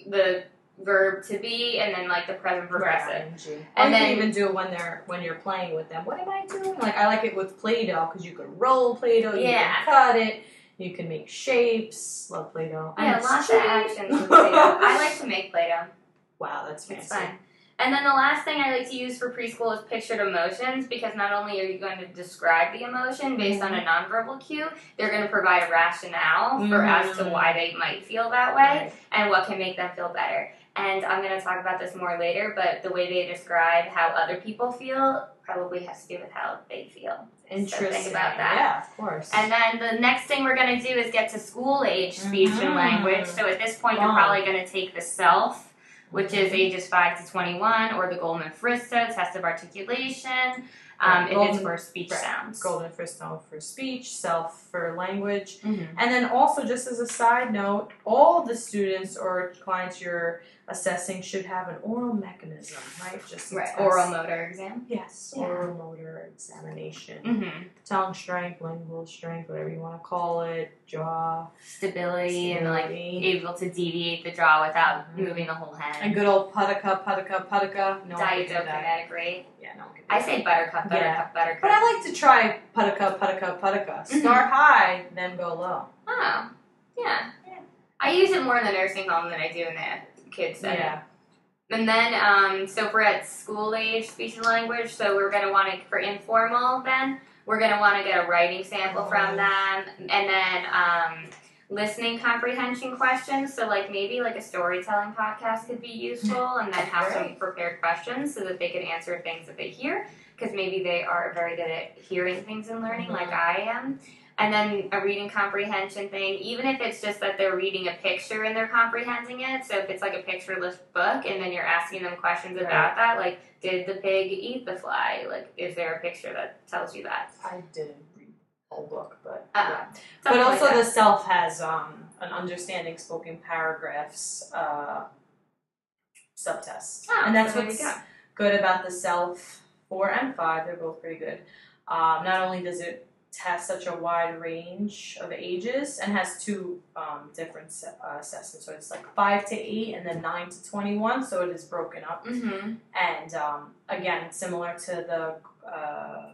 [SPEAKER 1] the verb to be and then like the present progressive.
[SPEAKER 2] Right.
[SPEAKER 1] And
[SPEAKER 2] And you
[SPEAKER 1] then-
[SPEAKER 2] can even do it when they're when you're playing with them. What am I doing? Like I like it with Play-Doh because you can roll Play-Doh, you
[SPEAKER 1] Yeah.
[SPEAKER 2] can cut it, you can make shapes. Love Play-Doh.
[SPEAKER 1] Yeah,
[SPEAKER 2] I'm
[SPEAKER 1] lots of
[SPEAKER 2] cheap.
[SPEAKER 1] actions with Play-Doh. I like to make Play-Doh.
[SPEAKER 2] Wow, that's fancy.
[SPEAKER 1] It's fun. And then the last thing I like to use for preschool is pictured emotions because not only are you going to describe the emotion based on a nonverbal cue, they're going to provide a rationale for as to
[SPEAKER 2] Mhm.
[SPEAKER 1] why they might feel that way. and what can make them feel better. And I'm going to talk about this more later, but the way they describe how other people feel probably has to do with how they feel.
[SPEAKER 2] Interesting.
[SPEAKER 1] So think about that.
[SPEAKER 2] Yeah, of course.
[SPEAKER 1] And then the next thing we're going to do is get to school age speech and
[SPEAKER 2] Mhm.
[SPEAKER 1] language. So at this point, you're
[SPEAKER 2] Wow.
[SPEAKER 1] probably going to take the self, which is ages 5 to 21, or the Goldman Fristo test of articulation, um,
[SPEAKER 2] Right,
[SPEAKER 1] if it's
[SPEAKER 2] Goldman-
[SPEAKER 1] for speech
[SPEAKER 2] right,
[SPEAKER 1] sounds.
[SPEAKER 2] golden crystal for speech, self for language.
[SPEAKER 1] Mhm.
[SPEAKER 2] And then also, just as a side note, all the students or clients you're assessing should have an oral mechanism, right? Just a
[SPEAKER 1] Right,
[SPEAKER 2] test.
[SPEAKER 1] oral motor exam.
[SPEAKER 2] Yes,
[SPEAKER 1] Yeah.
[SPEAKER 2] oral motor examination,
[SPEAKER 1] Mm-hmm.
[SPEAKER 2] tongue strength, lingual strength, whatever you want to call it, jaw,
[SPEAKER 1] Stability Mm-hmm. and like
[SPEAKER 2] stability.
[SPEAKER 1] able to deviate the jaw without
[SPEAKER 2] Mhm.
[SPEAKER 1] moving the whole head.
[SPEAKER 2] and good old puttaka, puttaka, puttaka. No, one can do that.
[SPEAKER 1] Diadokinetic rate.
[SPEAKER 2] Yeah, no. one can do
[SPEAKER 1] I
[SPEAKER 2] that.
[SPEAKER 1] say buttercup, buttercup, buttercup.
[SPEAKER 2] But I like to try puttaka, puttaka, puttaka.
[SPEAKER 1] Mm-hmm.
[SPEAKER 2] Start high, then go low.
[SPEAKER 1] oh, yeah. I use it more in the nursing home than I do in the kids setting.
[SPEAKER 2] Yeah.
[SPEAKER 1] And then, um, so if we're at school age speech and language, so we're going to want to, for informal then, we're going to want to get a writing sample from them. And then um, listening comprehension questions. So, like, maybe like a storytelling podcast could be useful and then have some prepared questions so that they can answer things that they hear because maybe they are very good at hearing things and learning like I am. And then a reading comprehension thing, even if it's just that they're reading a picture and they're comprehending it. So if it's like a pictureless book and then you're asking them questions about that, like did the pig eat the fly? Like is there a picture that tells you that?
[SPEAKER 2] I didn't read whole book, but
[SPEAKER 3] Uh,
[SPEAKER 2] yeah.
[SPEAKER 3] something
[SPEAKER 2] but also
[SPEAKER 3] like
[SPEAKER 2] the
[SPEAKER 3] that.
[SPEAKER 2] self has um, an understanding spoken paragraphs uh, subtest,
[SPEAKER 1] Oh,
[SPEAKER 3] Ah,
[SPEAKER 2] and that's
[SPEAKER 3] so there you
[SPEAKER 2] what's
[SPEAKER 3] go.
[SPEAKER 2] good about the self four and five. They're both pretty good. Um, not only does it test such a wide range of ages and has two um, different se- uh, assessments, so it's like five to eight and then nine to twenty-one. So it is broken up
[SPEAKER 1] Mm-hmm.
[SPEAKER 2] and um, again, similar to the. Uh,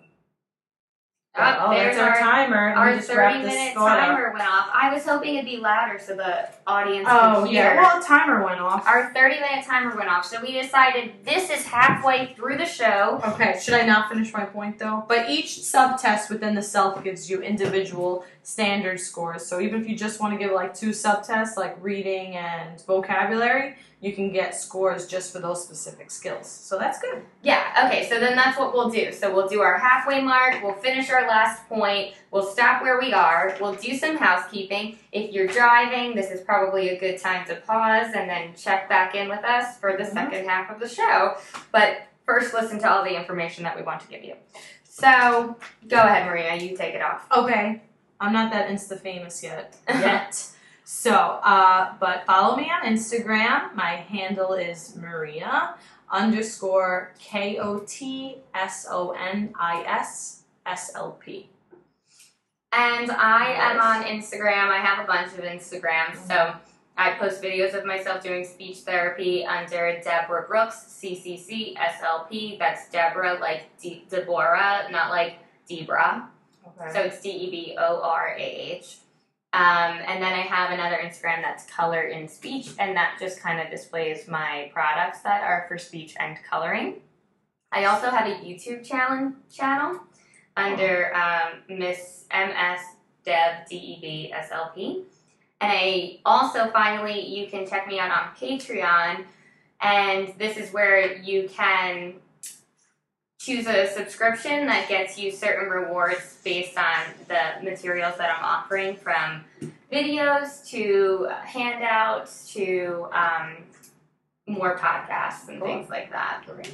[SPEAKER 1] Oh,
[SPEAKER 2] oh,
[SPEAKER 1] there's
[SPEAKER 2] that's our,
[SPEAKER 1] our-
[SPEAKER 2] timer. Let me
[SPEAKER 1] Our
[SPEAKER 2] just wrap
[SPEAKER 1] 30
[SPEAKER 2] this
[SPEAKER 1] minute
[SPEAKER 2] thought up.
[SPEAKER 1] timer went off. I was hoping it'd be louder so the audience
[SPEAKER 2] Oh
[SPEAKER 1] could hear.
[SPEAKER 2] yeah, well, timer went off.
[SPEAKER 1] Our 30 minute timer went off, so we decided this is halfway through the show.
[SPEAKER 2] Okay, should I not finish my point though? But each subtest within the self gives you individual standard scores. So even if you just want to give like two subtests, like reading and vocabulary, you can get scores just for those specific skills. So that's good.
[SPEAKER 1] Yeah, okay, so then that's what we'll do. So we'll do our halfway mark, we'll finish our last point, we'll stop where we are, we'll do some housekeeping. If you're driving, this is probably a good time to pause and then check back in with us for the
[SPEAKER 2] Mhm.
[SPEAKER 1] second half of the show. But first, listen to all the information that we want to give you. So go ahead, Maria, you take it off.
[SPEAKER 2] Okay. I'm not that insta famous yet. Yet. so, uh, but follow me on Instagram. My handle is Maria underscore K O T S O N I S S L P.
[SPEAKER 1] And I am on Instagram. I have a bunch of Instagrams. So I post videos of myself doing speech therapy under Deborah Brooks, CCC, SLP. That's Deborah, like De- Deborah, not like Debra. So it's D E B O R A H. Um, and then I have another Instagram that's Color in Speech, and that just kind of displays my products that are for speech and coloring. I also have a YouTube challenge channel under um, Miss MS Dev D E B S L P. And I also finally, you can check me out on Patreon, and this is where you can choose a subscription that gets you certain rewards based on the materials that I'm offering from videos to handouts to um, more podcasts and
[SPEAKER 2] Cool.
[SPEAKER 1] things like that.
[SPEAKER 2] Okay.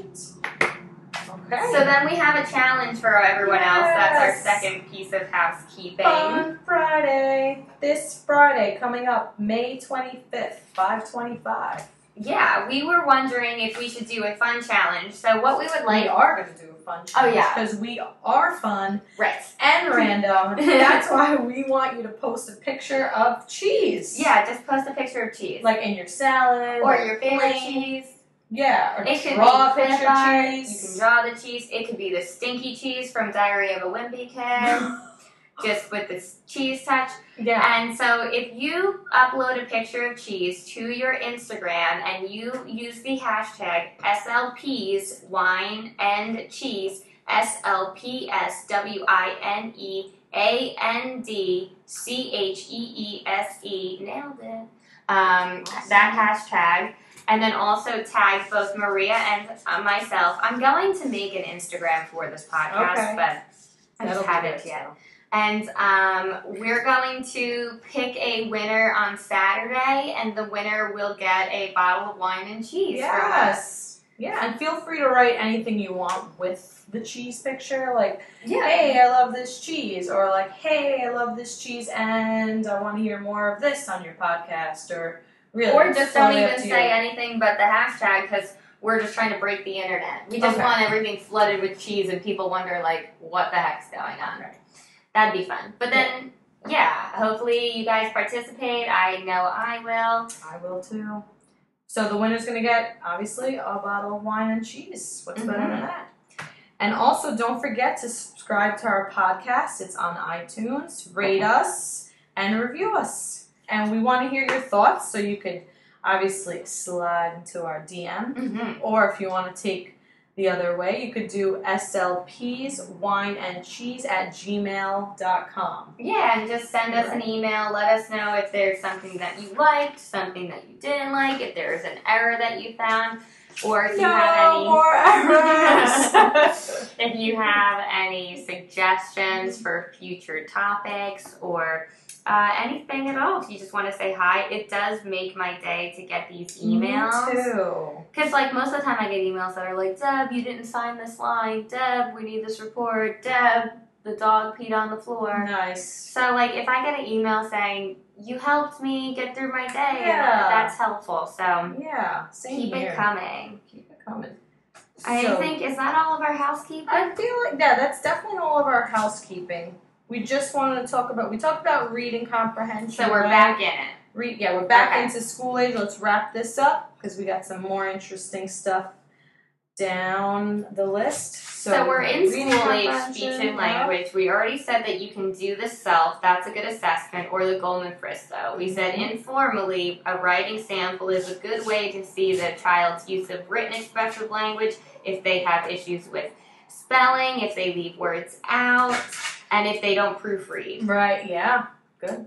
[SPEAKER 1] So then we have a challenge for everyone else. That's our
[SPEAKER 2] Yes.
[SPEAKER 1] second piece of housekeeping.
[SPEAKER 2] Fun Friday. This Friday coming up, May 25th, 525.
[SPEAKER 1] Yeah, we were wondering if we should do a fun challenge. So what we would
[SPEAKER 2] we
[SPEAKER 1] like,
[SPEAKER 2] are going to do a fun
[SPEAKER 1] Oh, yeah.
[SPEAKER 2] Because we are fun.
[SPEAKER 1] right?
[SPEAKER 2] and random. That's why we want you to post a picture of cheese.
[SPEAKER 1] Yeah, just post a picture of cheese
[SPEAKER 2] Like in your salad.
[SPEAKER 1] or
[SPEAKER 2] like
[SPEAKER 1] your favorite
[SPEAKER 2] plain.
[SPEAKER 1] cheese.
[SPEAKER 2] Yeah. Or
[SPEAKER 1] It could
[SPEAKER 2] draw
[SPEAKER 1] be
[SPEAKER 2] a picture
[SPEAKER 1] art.
[SPEAKER 2] of
[SPEAKER 1] You can
[SPEAKER 2] cheese.
[SPEAKER 1] draw the cheese. It could be the stinky cheese from Diary of a Wimpy Kid, just with this cheese touch.
[SPEAKER 2] yeah.
[SPEAKER 1] And so, if you upload a picture of cheese to your Instagram and you use the hashtag SLPs wine and cheese, S L P S W I N E A N D C H E E S E, nailed it. Um, that hashtag. And then also tag both Maria and uh, myself. I'm going to make an Instagram for this podcast,
[SPEAKER 2] Okay.
[SPEAKER 1] but I
[SPEAKER 2] That'll
[SPEAKER 1] just
[SPEAKER 2] be
[SPEAKER 1] haven't
[SPEAKER 2] good.
[SPEAKER 1] yet. And um, we're going to pick a winner on Saturday, and the winner will get a bottle of wine and cheese from us.
[SPEAKER 2] Yes. Yeah, and feel free to write anything you want with the cheese picture. Like,
[SPEAKER 1] Yeah.
[SPEAKER 2] hey, I love this cheese. Or, like, hey, I love this cheese and I want to hear more of this on your podcast. Or, really.
[SPEAKER 1] Or
[SPEAKER 2] it's
[SPEAKER 1] just don't
[SPEAKER 2] totally up
[SPEAKER 1] even
[SPEAKER 2] to
[SPEAKER 1] say
[SPEAKER 2] you.
[SPEAKER 1] anything but the hashtag because we're just trying to break the internet. We just
[SPEAKER 2] Okay.
[SPEAKER 1] want everything flooded with cheese and people wonder, like, what the heck's going on.
[SPEAKER 2] Right.
[SPEAKER 1] That'd be fun. But then, yeah, hopefully you guys participate. I know I will.
[SPEAKER 2] I will too. So the winner's gonna get obviously a bottle of wine and cheese. What's better than
[SPEAKER 1] Mhm.
[SPEAKER 2] that? And also, don't forget to subscribe to our podcast. It's on iTunes. Rate us and review us. And we want to hear your thoughts, so you can obviously slide into our DM.
[SPEAKER 1] Mm-hmm.
[SPEAKER 2] Or if you want to take the other way, you could do slps wine and cheese at gmail.com.
[SPEAKER 1] Yeah, and just send us an email. Let us know if there's something that you liked, something that you didn't like, if there's an error that you found, or if you have
[SPEAKER 2] No
[SPEAKER 1] any
[SPEAKER 2] more errors.
[SPEAKER 1] if you have any suggestions for future topics or uh, anything at all. If you just want to say hi, it does make my day to get these
[SPEAKER 2] Me
[SPEAKER 1] emails.
[SPEAKER 2] too.
[SPEAKER 1] Because like most of the time, I get emails that are like, "Deb, you didn't sign this line. Deb, we need this report. Deb, the dog peed on the floor.
[SPEAKER 2] Nice.
[SPEAKER 1] So like if I get an email saying you helped me get through my day,
[SPEAKER 2] Yeah.
[SPEAKER 1] that's helpful. So
[SPEAKER 2] Yeah. Same
[SPEAKER 1] keep
[SPEAKER 2] here.
[SPEAKER 1] it coming.
[SPEAKER 2] Keep it coming.
[SPEAKER 1] I
[SPEAKER 2] So-
[SPEAKER 1] think is that all of our housekeeping?
[SPEAKER 2] I feel like yeah, that's definitely all of our housekeeping. We just wanted to talk about we talked about reading comprehension.
[SPEAKER 1] so we're
[SPEAKER 2] right?
[SPEAKER 1] back in it.
[SPEAKER 2] Re- yeah, we're back
[SPEAKER 1] Okay.
[SPEAKER 2] into school age. Let's wrap this up because we got some more interesting stuff down the list. So,
[SPEAKER 1] So, we're in
[SPEAKER 2] reading
[SPEAKER 1] school age
[SPEAKER 2] comprehension,
[SPEAKER 1] speech and
[SPEAKER 2] yeah.
[SPEAKER 1] language. We already said that you can do the self, that's a good assessment, or the Goldman Fristo. We said informally, a writing sample is a good way to see the child's use of written expressive language if they have issues with spelling, if they leave words out, and if they don't proofread.
[SPEAKER 2] Right. Yeah.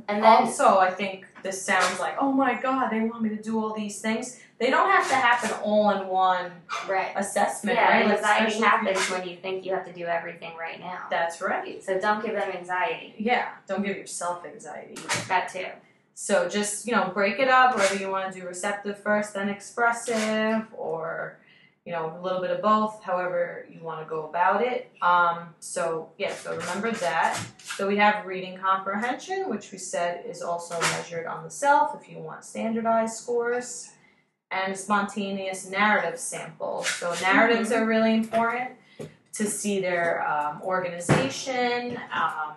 [SPEAKER 1] And then
[SPEAKER 2] Also, I think this sounds like oh my god, they want me to do all these things. They don't have to happen all in one
[SPEAKER 1] right.
[SPEAKER 2] assessment,
[SPEAKER 1] Yeah,
[SPEAKER 2] right?
[SPEAKER 1] anxiety
[SPEAKER 2] Especially if you-
[SPEAKER 1] happens when you think you have to do everything right now.
[SPEAKER 2] That's right.
[SPEAKER 1] So don't give them anxiety.
[SPEAKER 2] Yeah. Don't give yourself anxiety.
[SPEAKER 1] That too.
[SPEAKER 2] So just, you know, break it up, whether you want to do receptive first, then expressive, or, you know, a little bit of both, however you want to go about it. Um, so, yeah, so remember that. So we have reading comprehension, which we said is also measured on the self if you want standardized scores, and spontaneous narrative samples. So narratives are really important to see their um, organization, um,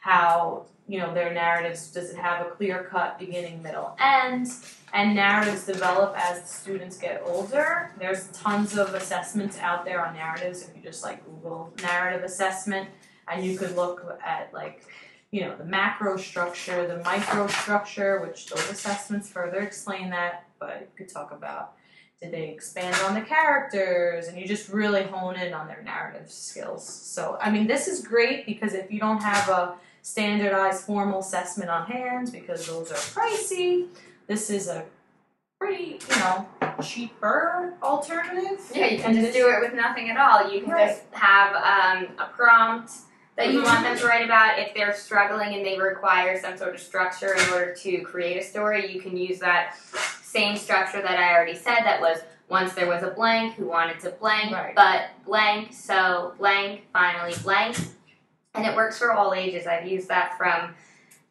[SPEAKER 2] how you know their narratives does it have a clear cut beginning middle end and narratives develop as the students get older there's tons of assessments out there on narratives if you just like google narrative assessment and you could look at like you know the macro structure the micro structure which those assessments further explain that but you could talk about did they expand on the characters and you just really hone in on their narrative skills so i mean this is great because if you don't have a standardized formal assessment on hand because those are pricey. This is a pretty, you know, cheaper alternative.
[SPEAKER 1] Yeah, you can
[SPEAKER 2] And
[SPEAKER 1] just
[SPEAKER 2] this-
[SPEAKER 1] do it with nothing at all. You can
[SPEAKER 2] Right.
[SPEAKER 1] just have um, a prompt that you want
[SPEAKER 2] Mhm.
[SPEAKER 1] them to write about. If they're struggling and they require some sort of structure in order to create a story, you can use that same structure that I already said that was once there was a blank who wanted to blank,
[SPEAKER 2] Right.
[SPEAKER 1] but blank, so blank, finally blank. And it works for all ages. I've used that from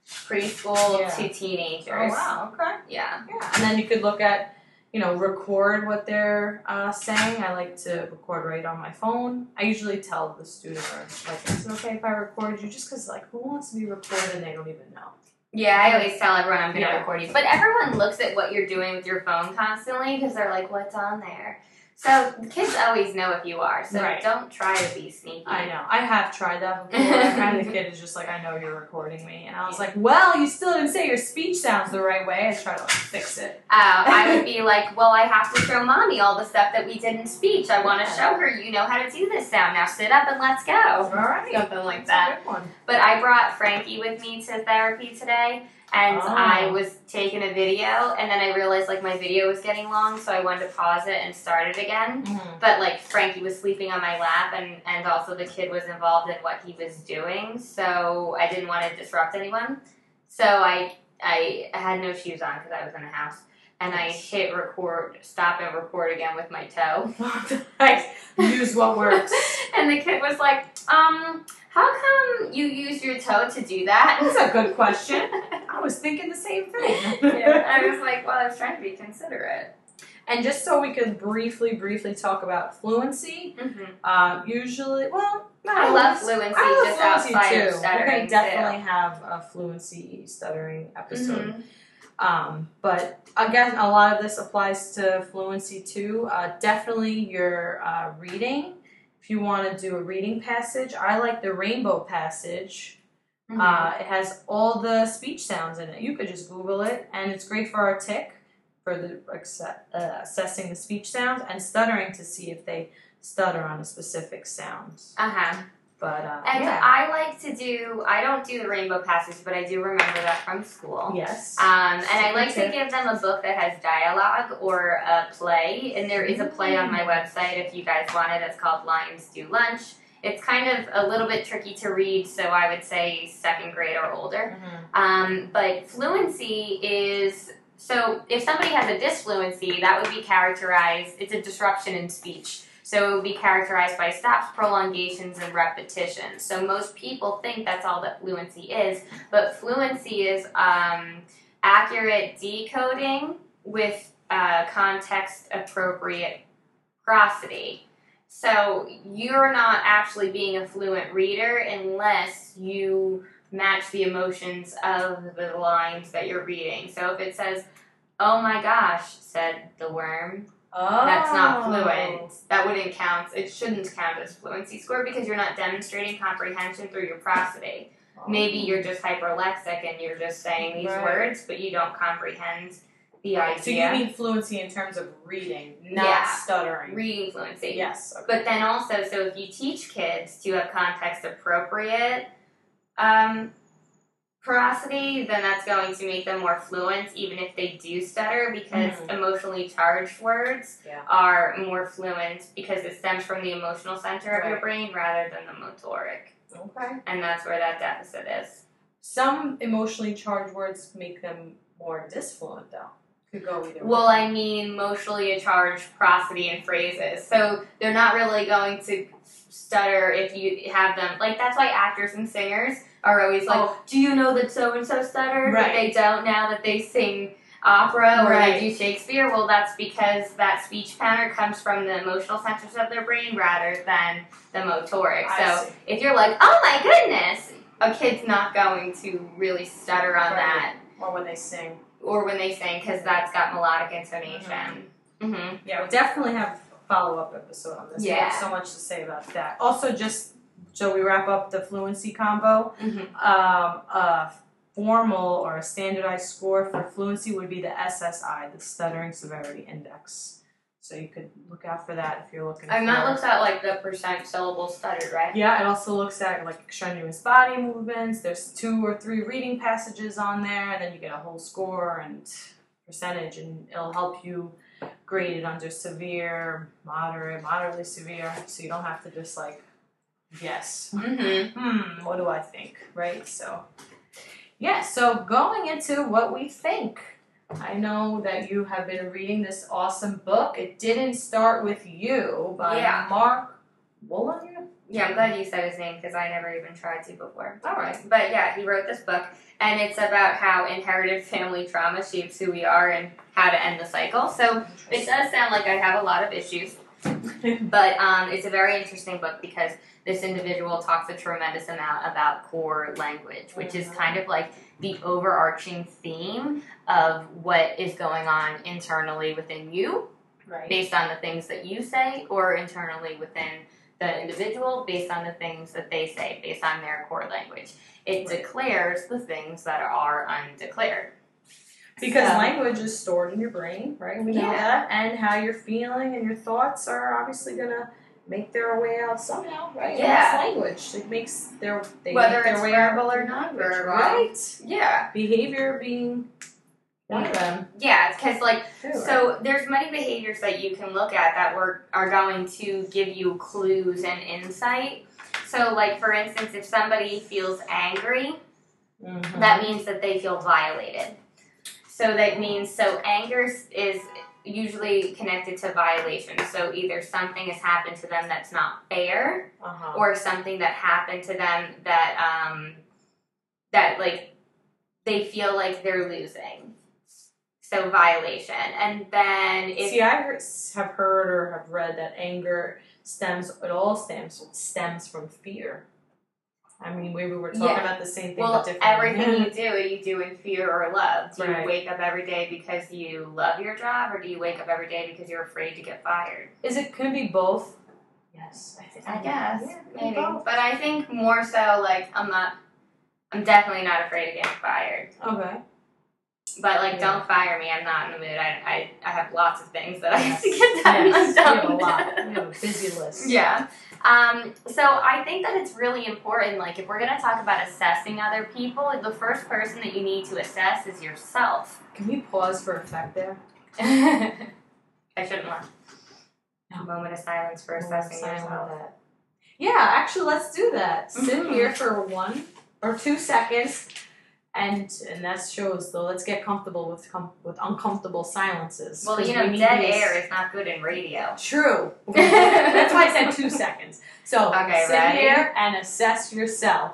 [SPEAKER 1] preschool
[SPEAKER 2] Yeah.
[SPEAKER 1] to teenagers.
[SPEAKER 2] Oh wow, okay.
[SPEAKER 1] Yeah.
[SPEAKER 2] Yeah. And then you could look at, you know, record what they're uh, saying. I like to record right on my phone. I usually tell the student or like, is it okay if I record you? Just because like who wants to be recorded and they don't even know.
[SPEAKER 1] Yeah, I always tell everyone I'm gonna
[SPEAKER 2] Yeah.
[SPEAKER 1] record you. But everyone looks at what you're doing with your phone constantly because they're like, what's on there? So the kids always know if you are, so
[SPEAKER 2] Right.
[SPEAKER 1] don't try to be sneaky.
[SPEAKER 2] I know. I have tried that before. and the kid is just like, I know you're recording me. And I was like, well, you still didn't say your speech sounds the right way. I tried to like fix it.
[SPEAKER 1] Uh, I would be like, well, I have to show mommy all the stuff that we did in speech. I want to
[SPEAKER 2] Yeah.
[SPEAKER 1] show her you know how to do this sound. Now sit up and let's go.
[SPEAKER 2] All right.
[SPEAKER 1] Something like
[SPEAKER 2] That's
[SPEAKER 1] that.
[SPEAKER 2] a good one.
[SPEAKER 1] But I brought Frankie with me to therapy today, and
[SPEAKER 2] Oh.
[SPEAKER 1] I was taking a video, and then I realized like my video was getting long, so I wanted to pause it and start it again. but like Frankie was sleeping on my lap and and also the kid was involved in what he was doing, so I didn't want to disrupt anyone. So I I had no shoes on because I was in a house. And I hit record, stop and record again with my toe.
[SPEAKER 2] Mm-hmm. Nice. Use what works.
[SPEAKER 1] and the kid was like, um, how come you use your toe to do that?
[SPEAKER 2] That's a good question. I was thinking the same thing.
[SPEAKER 1] yeah, I was like, well, I was trying to be considerate.
[SPEAKER 2] And just so we could briefly, briefly talk about fluency,
[SPEAKER 1] hmm
[SPEAKER 2] um, usually, well, no,
[SPEAKER 1] I love fluency
[SPEAKER 2] I love
[SPEAKER 1] just
[SPEAKER 2] fluency
[SPEAKER 1] outside
[SPEAKER 2] too.
[SPEAKER 1] of stuttering.
[SPEAKER 2] We're gonna
[SPEAKER 1] too.
[SPEAKER 2] definitely have a fluency stuttering episode.
[SPEAKER 1] Mhm.
[SPEAKER 2] Um, but again, a lot of this applies to fluency too. Uh, definitely your uh, reading. If you want to do a reading passage, I like the rainbow passage.
[SPEAKER 1] Mhm.
[SPEAKER 2] Uh, it has all the speech sounds in it. You could just Google it, and it's great for our tick for the acce- uh, assessing the speech sounds and stuttering to see if they stutter on a specific sound.
[SPEAKER 1] uh-huh.
[SPEAKER 2] But uh,
[SPEAKER 1] And
[SPEAKER 2] yeah,
[SPEAKER 1] I like to do, I don't do the Rainbow Passage, but I do remember that from school.
[SPEAKER 2] yes,
[SPEAKER 1] Um, and I like to
[SPEAKER 2] Okay.
[SPEAKER 1] give them a book that has dialogue or a play. And there is a play on my website if you guys want it. It's called Lions Do Lunch. It's kind of a little bit tricky to read, so I would say second grade or older.
[SPEAKER 2] Mhm.
[SPEAKER 1] Um, but fluency is so if somebody has a disfluency, that would be characterized, it's a disruption in speech. So it would be characterized by stops, prolongations, and repetitions. So most people think that's all that fluency is, but fluency is um, accurate decoding with uh, context appropriate prosody. So you're not actually being a fluent reader unless you match the emotions of the lines that you're reading. So if it says, "Oh my gosh," said the worm,
[SPEAKER 2] Oh.
[SPEAKER 1] Uh, that's not fluent. That wouldn't count. It shouldn't count as fluency score because you're not demonstrating comprehension through your prosody. Maybe you're just hyperlexic and you're just saying these
[SPEAKER 2] Right.
[SPEAKER 1] words, but you don't comprehend the idea.
[SPEAKER 2] So you mean fluency in terms of reading, not
[SPEAKER 1] Yeah.
[SPEAKER 2] stuttering.
[SPEAKER 1] reading fluency.
[SPEAKER 2] yes. Okay.
[SPEAKER 1] But then also, so if you teach kids to have context appropriate um, porosity, then that's going to make them more fluent, even if they do stutter, because
[SPEAKER 2] Mhm.
[SPEAKER 1] emotionally charged words
[SPEAKER 2] Yeah.
[SPEAKER 1] are more fluent because it stems from the emotional center of your
[SPEAKER 2] Right.
[SPEAKER 1] brain rather than the motoric.
[SPEAKER 2] Okay.
[SPEAKER 1] And that's where that deficit is.
[SPEAKER 2] Some emotionally charged words make them more disfluent, though. Could go either way.
[SPEAKER 1] Well, I mean, emotionally charged prosody and phrases. So they're not really going to stutter if you have them. Like, that's why actors and singers are always like,
[SPEAKER 2] Oh.
[SPEAKER 1] do you know that so and so stuttered? But
[SPEAKER 2] Right.
[SPEAKER 1] they don't now that they sing opera or
[SPEAKER 2] Right.
[SPEAKER 1] they do Shakespeare. Well, that's because that speech pattern comes from the emotional centers of their brain rather than the motoric.
[SPEAKER 2] I
[SPEAKER 1] so
[SPEAKER 2] see.
[SPEAKER 1] if you're like, oh my goodness, a kid's not going to really stutter on
[SPEAKER 2] Right.
[SPEAKER 1] that
[SPEAKER 2] or when they sing.
[SPEAKER 1] or when they sing because that's got melodic intonation. Mm-hmm.
[SPEAKER 2] Yeah, we definitely have a follow up episode on this. We
[SPEAKER 1] Yeah.
[SPEAKER 2] have so much to say about that. Also, just so we wrap up the fluency combo,
[SPEAKER 1] Mhm.
[SPEAKER 2] um, a formal or a standardized score for fluency would be the SSI, the Stuttering Severity Index. So you could look out for that if you're looking. for
[SPEAKER 1] And that looks at like the percent syllable stuttered, right?
[SPEAKER 2] Yeah, it also looks at like extraneous body movements. There's two or three reading passages on there, and then you get a whole score and percentage, and it'll help you grade it under severe, moderate, moderately severe, so you don't have to just like guess.
[SPEAKER 1] Mm-hmm.
[SPEAKER 2] Hmm, what do I think? Right? So, yeah, so going into what we think. I know that you have been reading this awesome book. It didn't start with you by
[SPEAKER 1] Yeah.
[SPEAKER 2] Mark Woolen.
[SPEAKER 1] Yeah, I'm glad you said his name because I never even tried to before.
[SPEAKER 2] All right.
[SPEAKER 1] But yeah, he wrote this book, and it's about how inherited family trauma shapes who we are and how to end the cycle. So it does sound like I have a lot of issues, but um, it's a very interesting book because this individual talks a tremendous amount about core language, which is
[SPEAKER 2] Mhm.
[SPEAKER 1] kind of like the overarching theme of what is going on internally within you
[SPEAKER 2] Right.
[SPEAKER 1] based on the things that you say or internally within the individual based on the things that they say based on their core language it
[SPEAKER 2] Right.
[SPEAKER 1] declares the things that are undeclared
[SPEAKER 2] Because
[SPEAKER 1] So-
[SPEAKER 2] language is stored in your brain, right? We know
[SPEAKER 1] Yeah.
[SPEAKER 2] that. And how you're feeling and your thoughts are obviously gonna make their way out somehow, right?
[SPEAKER 1] Yeah.
[SPEAKER 2] And It's language. It makes their they
[SPEAKER 1] Whether
[SPEAKER 2] make their
[SPEAKER 1] it's
[SPEAKER 2] way
[SPEAKER 1] verbal
[SPEAKER 2] out
[SPEAKER 1] or
[SPEAKER 2] through language,
[SPEAKER 1] nonverbal.
[SPEAKER 2] Right.
[SPEAKER 1] yeah
[SPEAKER 2] Behavior being one of them.
[SPEAKER 1] yeah because like
[SPEAKER 2] too, right?
[SPEAKER 1] so there's many behaviors that you can look at that were are going to give you clues and insight so like for instance if somebody feels angry
[SPEAKER 2] Mhm.
[SPEAKER 1] that means that they feel violated. So that means so anger s- is usually connected to violation. So either something has happened to them that's not fair,
[SPEAKER 2] uh-huh.
[SPEAKER 1] Um, or something that happened to them that um, that like they feel like they're losing. So violation, and then if
[SPEAKER 2] See, I heard, have heard or have read that anger stems. It all stems stems from fear. I mean, we, we were talking
[SPEAKER 1] Yeah.
[SPEAKER 2] about the same thing,
[SPEAKER 1] Well,
[SPEAKER 2] but different.
[SPEAKER 1] everything you do, you do in fear or love. Do
[SPEAKER 2] Right.
[SPEAKER 1] you wake up every day because you love your job, or do you wake up every day because you're afraid to get fired?
[SPEAKER 2] Is it could it be both? Yes, I, think
[SPEAKER 1] I guess.
[SPEAKER 2] Yeah, it could be
[SPEAKER 1] maybe.
[SPEAKER 2] both.
[SPEAKER 1] But I think more so like I'm not I'm definitely not afraid of getting fired.
[SPEAKER 2] Okay.
[SPEAKER 1] But like
[SPEAKER 2] Yeah.
[SPEAKER 1] don't fire me, I'm not in the mood. I I, I have lots of things that I have to
[SPEAKER 2] Yes.
[SPEAKER 1] get done.
[SPEAKER 2] Yes,
[SPEAKER 1] I'm
[SPEAKER 2] we have a
[SPEAKER 1] done.
[SPEAKER 2] lot. We have a busy list.
[SPEAKER 1] Yeah. Um, so I think that it's really important. Like, if we're going to talk about assessing other people, the first person that you need to assess is yourself.
[SPEAKER 2] Can we pause for effect there?
[SPEAKER 1] I shouldn't laugh.
[SPEAKER 2] No.
[SPEAKER 1] Moment of silence for assessing
[SPEAKER 2] Silent
[SPEAKER 1] yourself.
[SPEAKER 2] that. Yeah, actually, let's do that. Sit
[SPEAKER 1] Mhm.
[SPEAKER 2] here for one or two seconds and and that shows though. Let's get comfortable with com- with uncomfortable silences.
[SPEAKER 1] Well,
[SPEAKER 2] 'cause
[SPEAKER 1] you know,
[SPEAKER 2] we need
[SPEAKER 1] dead
[SPEAKER 2] these-
[SPEAKER 1] air is not good in radio.
[SPEAKER 2] True. That's why I said two seconds. So
[SPEAKER 1] Okay,
[SPEAKER 2] sit
[SPEAKER 1] ready?
[SPEAKER 2] here and assess yourself.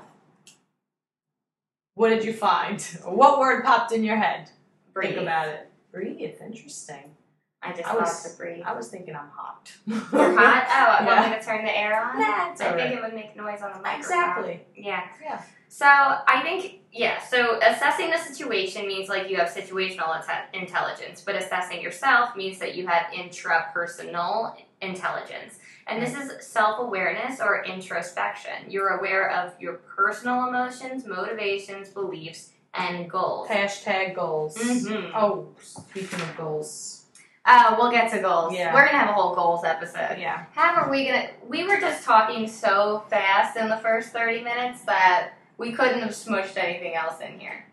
[SPEAKER 2] What did you find? What word popped in your head?
[SPEAKER 1] Breathe.
[SPEAKER 2] Think about it. Breathe. Interesting.
[SPEAKER 1] I just
[SPEAKER 2] I
[SPEAKER 1] thought
[SPEAKER 2] was-
[SPEAKER 1] to breathe.
[SPEAKER 2] I was thinking I'm hot.
[SPEAKER 1] You're hot? Oh,
[SPEAKER 2] Yeah.
[SPEAKER 1] want me to turn the air on?
[SPEAKER 2] That's
[SPEAKER 1] I
[SPEAKER 2] all
[SPEAKER 1] think
[SPEAKER 2] right.
[SPEAKER 1] it would make noise on the microphone.
[SPEAKER 2] Exactly.
[SPEAKER 1] Yeah.
[SPEAKER 2] Yeah.
[SPEAKER 1] So I think yeah. So assessing the situation means like you have situational inte- intelligence, but assessing yourself means that you have intrapersonal intelligence, and this is self-awareness or introspection. You're aware of your personal emotions, motivations, beliefs, and goals.
[SPEAKER 2] Hashtag goals.
[SPEAKER 1] Mhm.
[SPEAKER 2] Oh, speaking of goals.
[SPEAKER 1] Uh, we'll get to goals.
[SPEAKER 2] Yeah.
[SPEAKER 1] We're gonna have a whole goals episode.
[SPEAKER 2] Yeah.
[SPEAKER 1] How are we gonna? We were just talking so fast in the first thirty minutes that we couldn't have smushed anything else in here.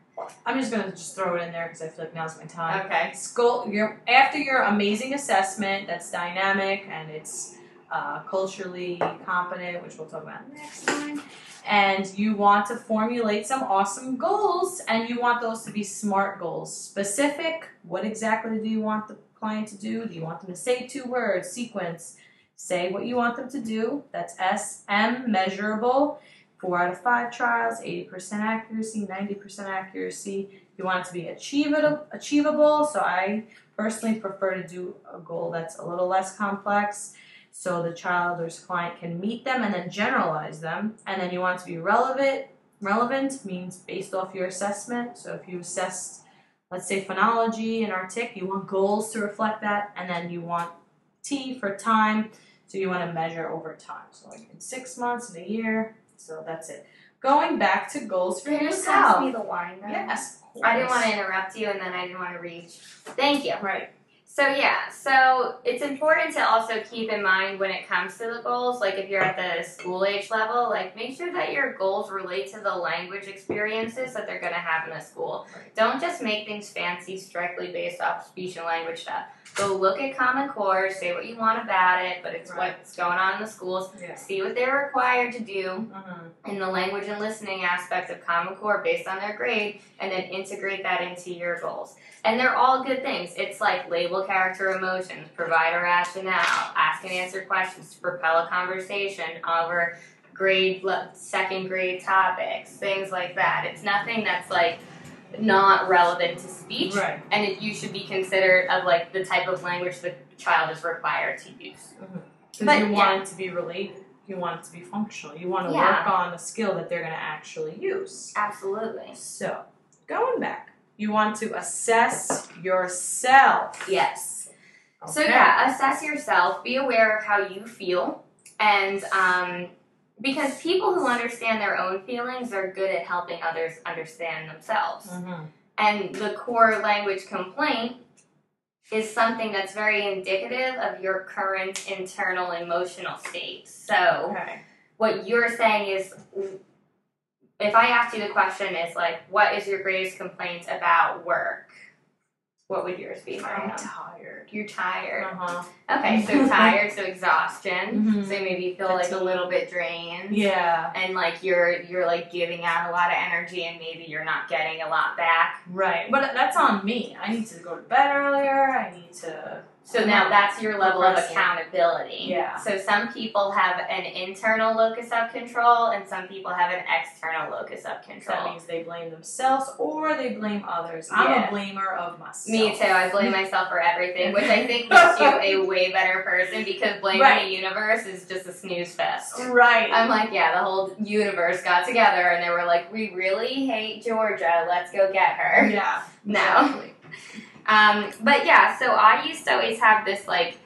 [SPEAKER 2] I'm just gonna just throw it in there because I feel like now's my time.
[SPEAKER 1] Okay.
[SPEAKER 2] School, your after your amazing assessment that's dynamic and it's uh, culturally competent, which we'll talk about next time. And you want to formulate some awesome goals, and you want those to be smart goals, specific. What exactly do you want the client to do? Do you want them to say two words, sequence? Say what you want them to do. That's S M measurable. Four out of five trials, 80% accuracy, 90% accuracy. You want it to be achievable, achievable. So I personally prefer to do a goal that's a little less complex, so the child or client can meet them and then generalize them. And then you want it to be relevant. Relevant means based off your assessment. So if you assessed, let's say phonology and Artic, you want goals to reflect that, and then you want T for time. So you want to measure over time. So like in six months, in a year. So that's it. Going back to goals for
[SPEAKER 1] Can you
[SPEAKER 2] yourself.
[SPEAKER 1] pass me the wine though?
[SPEAKER 2] Yes.
[SPEAKER 1] I didn't want to interrupt you, and then I didn't want to reach. Thank you.
[SPEAKER 2] Right.
[SPEAKER 1] So yeah, so it's important to also keep in mind when it comes to the goals, like if you're at the school age level, like make sure that your goals relate to the language experiences that they're going to have in the school.
[SPEAKER 2] Right.
[SPEAKER 1] Don't just make things fancy strictly based off speech and language stuff. Go look at Common Core, say what you want about it, but it's
[SPEAKER 2] Right.
[SPEAKER 1] what's going on in the schools.
[SPEAKER 2] Yes.
[SPEAKER 1] See what they're required to do
[SPEAKER 2] Mm-hmm.
[SPEAKER 1] in the language and listening aspect of Common Core based on their grade, and then integrate that into your goals. And they're all good things. It's like label character emotions, provide a rationale, ask and answer questions to propel a conversation over grade le- second grade topics, things like that. It's nothing that's like not relevant to speech,
[SPEAKER 2] Right.
[SPEAKER 1] and it, you should be considered of like the type of language the child is required to use. But,
[SPEAKER 2] Because you want it to be related. You want it to be functional. You want to
[SPEAKER 1] Yeah.
[SPEAKER 2] work on a skill that they're going to actually use.
[SPEAKER 1] Absolutely.
[SPEAKER 2] So, going back, you want to assess yourself.
[SPEAKER 1] Yes. So
[SPEAKER 2] Okay.
[SPEAKER 1] yeah, assess yourself. Be aware of how you feel, and um, because people who understand their own feelings are good at helping others understand themselves.
[SPEAKER 2] Mhm.
[SPEAKER 1] And the core language complaint is something that's very indicative of your current internal emotional state. So
[SPEAKER 2] Okay.
[SPEAKER 1] what you're saying is, if I asked you the question, is like, what is your greatest complaint about work? What would yours be,
[SPEAKER 2] I'm
[SPEAKER 1] Mariam?
[SPEAKER 2] tired.
[SPEAKER 1] You're tired.
[SPEAKER 2] Uh-huh.
[SPEAKER 1] Okay, so tired, so exhaustion.
[SPEAKER 2] Mhm.
[SPEAKER 1] So maybe you feel like a
[SPEAKER 2] Fatigue.
[SPEAKER 1] little bit drained.
[SPEAKER 2] Yeah.
[SPEAKER 1] And like you're you're like giving out a lot of energy and maybe you're not getting a lot back.
[SPEAKER 2] Right. But that's on me. I need to go to bed earlier. I need to.
[SPEAKER 1] So now that's your level of
[SPEAKER 2] Progressing.
[SPEAKER 1] accountability.
[SPEAKER 2] Uh-huh. Yeah.
[SPEAKER 1] So some people have an internal locus of control and some people have an external locus of
[SPEAKER 2] That
[SPEAKER 1] control.
[SPEAKER 2] means they blame themselves or they blame others. I'm
[SPEAKER 1] Yeah.
[SPEAKER 2] a blamer of myself.
[SPEAKER 1] Me too. I blame myself for everything, which I think makes you a way better person because blaming
[SPEAKER 2] Right.
[SPEAKER 1] the universe is just a snooze fest.
[SPEAKER 2] Right.
[SPEAKER 1] I'm like, yeah, the whole universe got together and they were like, we really hate Georgia. Let's go get her.
[SPEAKER 2] yeah.
[SPEAKER 1] No. Um, but yeah, so I used to always have this like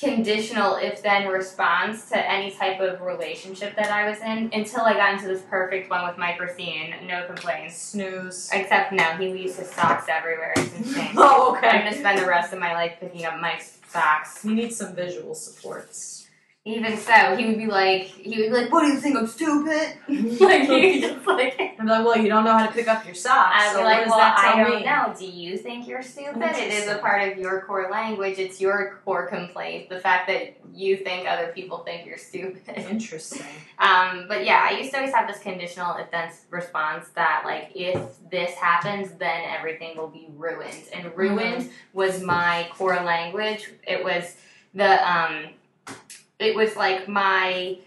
[SPEAKER 1] conditional if then response to any type of relationship that I was in until I got into this perfect one with Mike Racine. No complaints.
[SPEAKER 2] Snooze.
[SPEAKER 1] Except no, he leaves his socks everywhere. It's insane.
[SPEAKER 2] Oh,
[SPEAKER 1] I'm gonna spend the rest of my life picking up Mike's socks.
[SPEAKER 2] We need some visual supports.
[SPEAKER 1] Even so, he would be like, he would be like, "What do you think? I'm stupid." like he was just like.
[SPEAKER 2] I'm like, well, you don't know how to pick up your socks.
[SPEAKER 1] I'd
[SPEAKER 2] so
[SPEAKER 1] be
[SPEAKER 2] what
[SPEAKER 1] like,
[SPEAKER 2] does
[SPEAKER 1] "Well,
[SPEAKER 2] that
[SPEAKER 1] I
[SPEAKER 2] tell
[SPEAKER 1] don't
[SPEAKER 2] me?
[SPEAKER 1] know. Do you think you're stupid? It is a
[SPEAKER 2] Interesting.
[SPEAKER 1] part of your core language. It's your core complaint. The fact that you think other people think you're stupid."
[SPEAKER 2] Interesting.
[SPEAKER 1] Um, but yeah, I used to always have this conditional if then response that like if this happens, then everything will be ruined. And ruined was my core language. It was the um, it was like my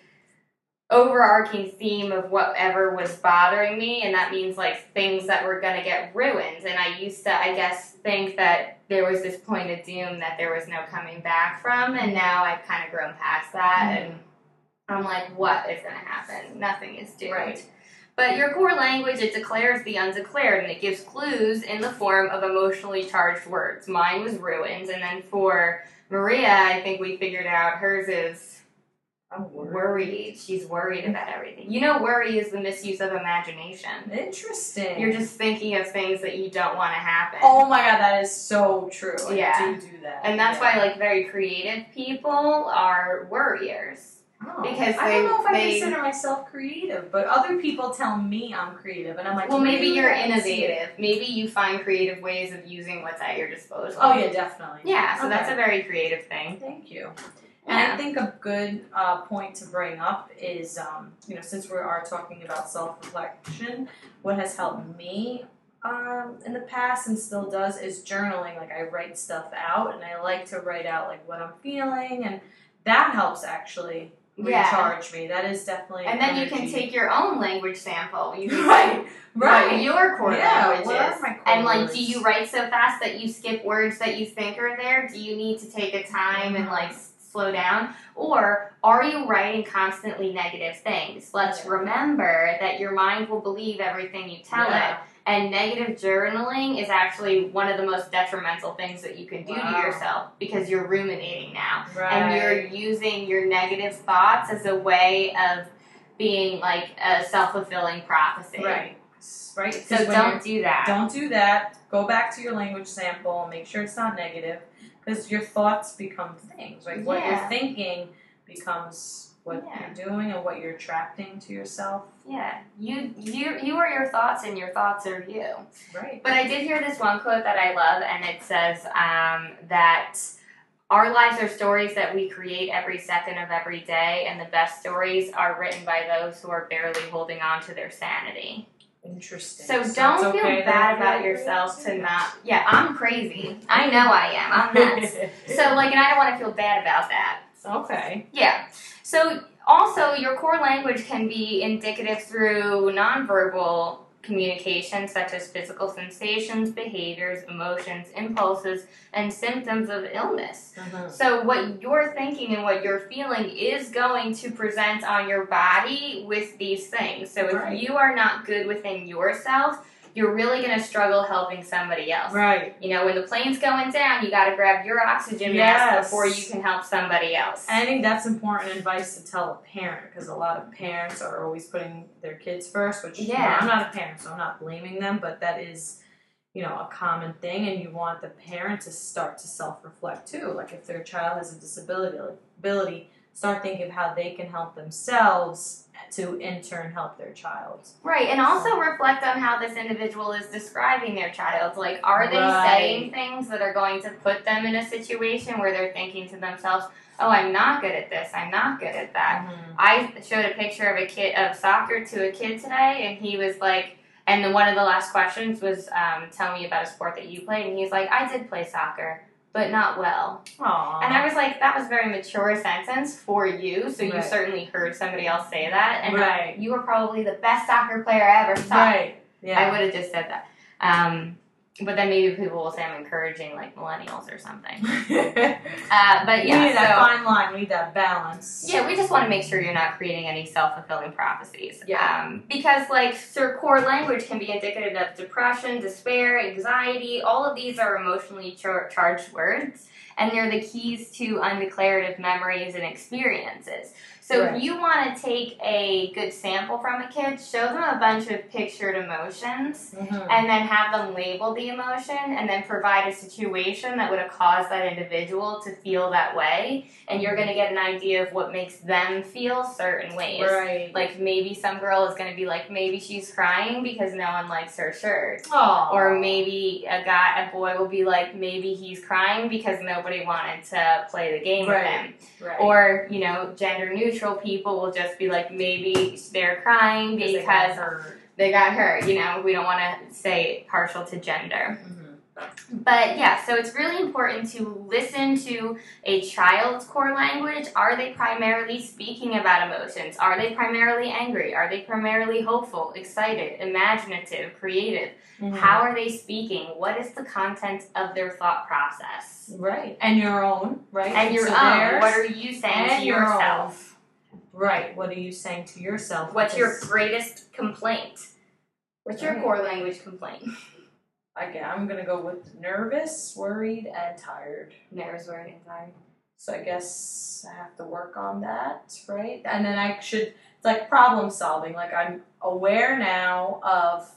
[SPEAKER 1] overarching theme of whatever was bothering me, and that means like things that were gonna get ruined. And I used to, I guess, think that there was this point of doom that there was no coming back from, and now I've kind of grown past that and. I'm like, what is going to happen? Nothing is doomed.
[SPEAKER 2] Right.
[SPEAKER 1] But your core language, it declares the undeclared and it gives clues in the form of emotionally charged words. Mine was ruined. And then for Maria, I think we figured out hers is
[SPEAKER 2] I'm worried.
[SPEAKER 1] worried. She's worried about everything. You know, worry is the misuse of imagination.
[SPEAKER 2] Interesting.
[SPEAKER 1] You're just thinking of things that you don't want to happen.
[SPEAKER 2] Oh my god, that is so true. I
[SPEAKER 1] Yeah.
[SPEAKER 2] do do that.
[SPEAKER 1] and that's
[SPEAKER 2] Yeah.
[SPEAKER 1] why, like, very creative people are worriers.
[SPEAKER 2] Oh,
[SPEAKER 1] because
[SPEAKER 2] I don't
[SPEAKER 1] they-
[SPEAKER 2] know if I
[SPEAKER 1] they-
[SPEAKER 2] consider myself creative, but other people tell me I'm creative, and I'm like,
[SPEAKER 1] Well, maybe
[SPEAKER 2] "Really?
[SPEAKER 1] you're
[SPEAKER 2] I don't see it."
[SPEAKER 1] innovative. Maybe you find creative ways of using what's at your disposal.
[SPEAKER 2] Oh yeah, definitely.
[SPEAKER 1] Yeah, so that's a
[SPEAKER 2] Okay.
[SPEAKER 1] very creative thing.
[SPEAKER 2] Thank you. And I
[SPEAKER 1] Yeah.
[SPEAKER 2] think a good uh, point to bring up is, um, you know, since we are talking about self-reflection, what has helped me um, in the past and still does is journaling. Like I write stuff out, and I like to write out like what I'm feeling, and that helps actually
[SPEAKER 1] Yeah.
[SPEAKER 2] recharge me. That is definitely.
[SPEAKER 1] And then you can
[SPEAKER 2] energy.
[SPEAKER 1] take your own language sample. You can
[SPEAKER 2] right,
[SPEAKER 1] write
[SPEAKER 2] right.
[SPEAKER 1] your core
[SPEAKER 2] Yeah,
[SPEAKER 1] languages.
[SPEAKER 2] what are my core
[SPEAKER 1] and like, do
[SPEAKER 2] words?
[SPEAKER 1] you write so fast that you skip words that you think are there? Do you need to take a time and like s- slow down? Or are you writing constantly negative things? Let's
[SPEAKER 2] Yeah.
[SPEAKER 1] remember that your mind will believe everything you tell it.
[SPEAKER 2] yeah.
[SPEAKER 1] And negative journaling is actually one of the most detrimental things that you can do
[SPEAKER 2] Wow.
[SPEAKER 1] to yourself because you're ruminating now.
[SPEAKER 2] Right.
[SPEAKER 1] And you're using your negative thoughts as a way of being like a self fulfilling prophecy.
[SPEAKER 2] right, S- right.
[SPEAKER 1] So
[SPEAKER 2] 'Cause when you're-
[SPEAKER 1] don't do that.
[SPEAKER 2] Don't do that. Go back to your language sample. Make sure it's not negative, because your thoughts become things. Like what
[SPEAKER 1] Yeah.
[SPEAKER 2] you're thinking becomes what
[SPEAKER 1] Yeah.
[SPEAKER 2] you're doing and what you're attracting to yourself.
[SPEAKER 1] Yeah. You you you are your thoughts and your thoughts are you.
[SPEAKER 2] Right.
[SPEAKER 1] But I did hear this one quote that I love, and it says um, that our lives are stories that we create every second of every day, and the best stories are written by those who are barely holding on to their sanity.
[SPEAKER 2] Interesting.
[SPEAKER 1] So
[SPEAKER 2] it's
[SPEAKER 1] don't feel
[SPEAKER 2] okay
[SPEAKER 1] bad
[SPEAKER 2] that
[SPEAKER 1] about
[SPEAKER 2] you're
[SPEAKER 1] yourself to
[SPEAKER 2] crazy.
[SPEAKER 1] not. Yeah, I'm crazy. I know I am. I'm nuts. so like, and I don't want to feel bad about that.
[SPEAKER 2] okay.
[SPEAKER 1] Yeah. So also your core language can be indicative through nonverbal communication such as physical sensations, behaviors, emotions, impulses, and symptoms of illness. So what you're thinking and what you're feeling is going to present on your body with these things. So if
[SPEAKER 2] Right.
[SPEAKER 1] you are not good within yourself, you're really going to struggle helping somebody else.
[SPEAKER 2] Right.
[SPEAKER 1] You know, when the plane's going down, you got to grab your oxygen mask
[SPEAKER 2] Yes.
[SPEAKER 1] before you can help somebody else.
[SPEAKER 2] And I think that's important advice to tell a parent because a lot of parents are always putting their kids first, which you know,
[SPEAKER 1] Yeah.
[SPEAKER 2] I'm not a parent, so I'm not blaming them, but that is, you know, a common thing. And you want the parent to start to self reflect too. Like if their child has a disability, ability, start thinking of how they can help themselves to in turn help their child.
[SPEAKER 1] Right, and also reflect on how this individual is describing their child. Like, are they
[SPEAKER 2] Right.
[SPEAKER 1] saying things that are going to put them in a situation where they're thinking to themselves, "Oh, I'm not good at this. I'm not good at that." I showed a picture of a kid of soccer to a kid today, and he was like, and then one of the last questions was, um, "Tell me about a sport that you played." And he's like, "I did play soccer." But not well.
[SPEAKER 2] Aww.
[SPEAKER 1] And I was like, that was a very mature sentence for you, so you
[SPEAKER 2] Right.
[SPEAKER 1] certainly heard somebody else say that. And
[SPEAKER 2] right.
[SPEAKER 1] you were probably the best soccer player I ever saw.
[SPEAKER 2] Right.
[SPEAKER 1] I
[SPEAKER 2] Yeah.
[SPEAKER 1] would have just said that. Um, but then maybe people will say I'm encouraging like millennials or something. Uh, but
[SPEAKER 2] we need that
[SPEAKER 1] yeah,
[SPEAKER 2] fine line. We need that balance.
[SPEAKER 1] so yeah, we just want to make sure you're not creating any self fulfilling prophecies.
[SPEAKER 2] Yeah.
[SPEAKER 1] Um, because like your core language can be indicative of depression, despair, anxiety. All of these are emotionally char- charged words, and they're the keys to undeclarative memories and experiences. So
[SPEAKER 2] Right.
[SPEAKER 1] if you want to take a good sample from a kid, show them a bunch of pictured emotions
[SPEAKER 2] Mhm.
[SPEAKER 1] and then have them label the emotion and then provide a situation that would have caused that individual to feel that way and you're going to get an idea of what makes them feel certain ways.
[SPEAKER 2] Right.
[SPEAKER 1] Like maybe some girl is going to be like maybe she's crying because no one likes her shirt.
[SPEAKER 2] Aw.
[SPEAKER 1] Or maybe a guy, a boy will be like, maybe he's crying because nobody wanted to play the game
[SPEAKER 2] Right.
[SPEAKER 1] with him.
[SPEAKER 2] Right.
[SPEAKER 1] Or, you know, gender neutral people will just be like, maybe they're crying
[SPEAKER 2] they
[SPEAKER 1] because
[SPEAKER 2] heard.
[SPEAKER 1] they got hurt. You know, we don't want to say partial to gender.
[SPEAKER 2] Mhm.
[SPEAKER 1] But yeah, so it's really important to listen to a child's core language. Are they primarily speaking about emotions? Are they primarily angry? Are they primarily hopeful, excited, imaginative, creative?
[SPEAKER 2] Mm-hmm.
[SPEAKER 1] How are they speaking? What is the content of their thought process?
[SPEAKER 2] Right. And your own. Right.
[SPEAKER 1] Mm-hmm. And your
[SPEAKER 2] so
[SPEAKER 1] own.
[SPEAKER 2] theirs,
[SPEAKER 1] What are you saying
[SPEAKER 2] and
[SPEAKER 1] to
[SPEAKER 2] your own.
[SPEAKER 1] yourself?
[SPEAKER 2] Right. What are you saying to yourself?
[SPEAKER 1] What's your
[SPEAKER 2] Because-
[SPEAKER 1] greatest complaint? What's your
[SPEAKER 2] Right.
[SPEAKER 1] core language complaint?
[SPEAKER 2] I gue- I'm gonna go with nervous, worried, and tired.
[SPEAKER 1] Nervous, worried, and tired.
[SPEAKER 2] So I guess I have to work on that, right? And then I should it's like problem solving. Like I'm aware now of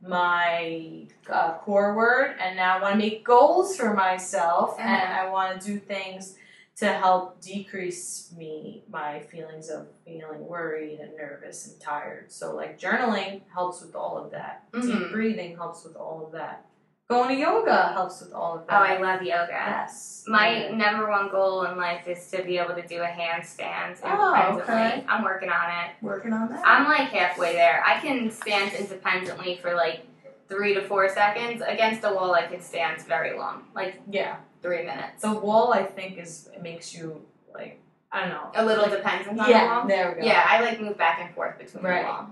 [SPEAKER 2] my uh, core word, and now I want to make goals for myself,
[SPEAKER 1] Mm-hmm.
[SPEAKER 2] and I want to do things to help decrease me my feelings of feeling worried and nervous and tired. So like journaling helps with all of that. Deep
[SPEAKER 1] Mhm.
[SPEAKER 2] breathing helps with all of that. Going to yoga helps with all of
[SPEAKER 1] Oh, I
[SPEAKER 2] that.
[SPEAKER 1] love yoga.
[SPEAKER 2] yes.
[SPEAKER 1] My number one goal in life is to be able to do a handstand
[SPEAKER 2] Oh,
[SPEAKER 1] independently.
[SPEAKER 2] okay.
[SPEAKER 1] I'm working on it.
[SPEAKER 2] working on that.
[SPEAKER 1] I'm like halfway there. I can stand independently for like three to four seconds. Against a wall, I can stand very long, like
[SPEAKER 2] yeah.
[SPEAKER 1] three minutes.
[SPEAKER 2] The wall, I think, is it makes you like I don't know.
[SPEAKER 1] A little dependent on
[SPEAKER 2] yeah,
[SPEAKER 1] the wall.
[SPEAKER 2] there we go.
[SPEAKER 1] Yeah, I like move back and forth between
[SPEAKER 2] Right.
[SPEAKER 1] the wall.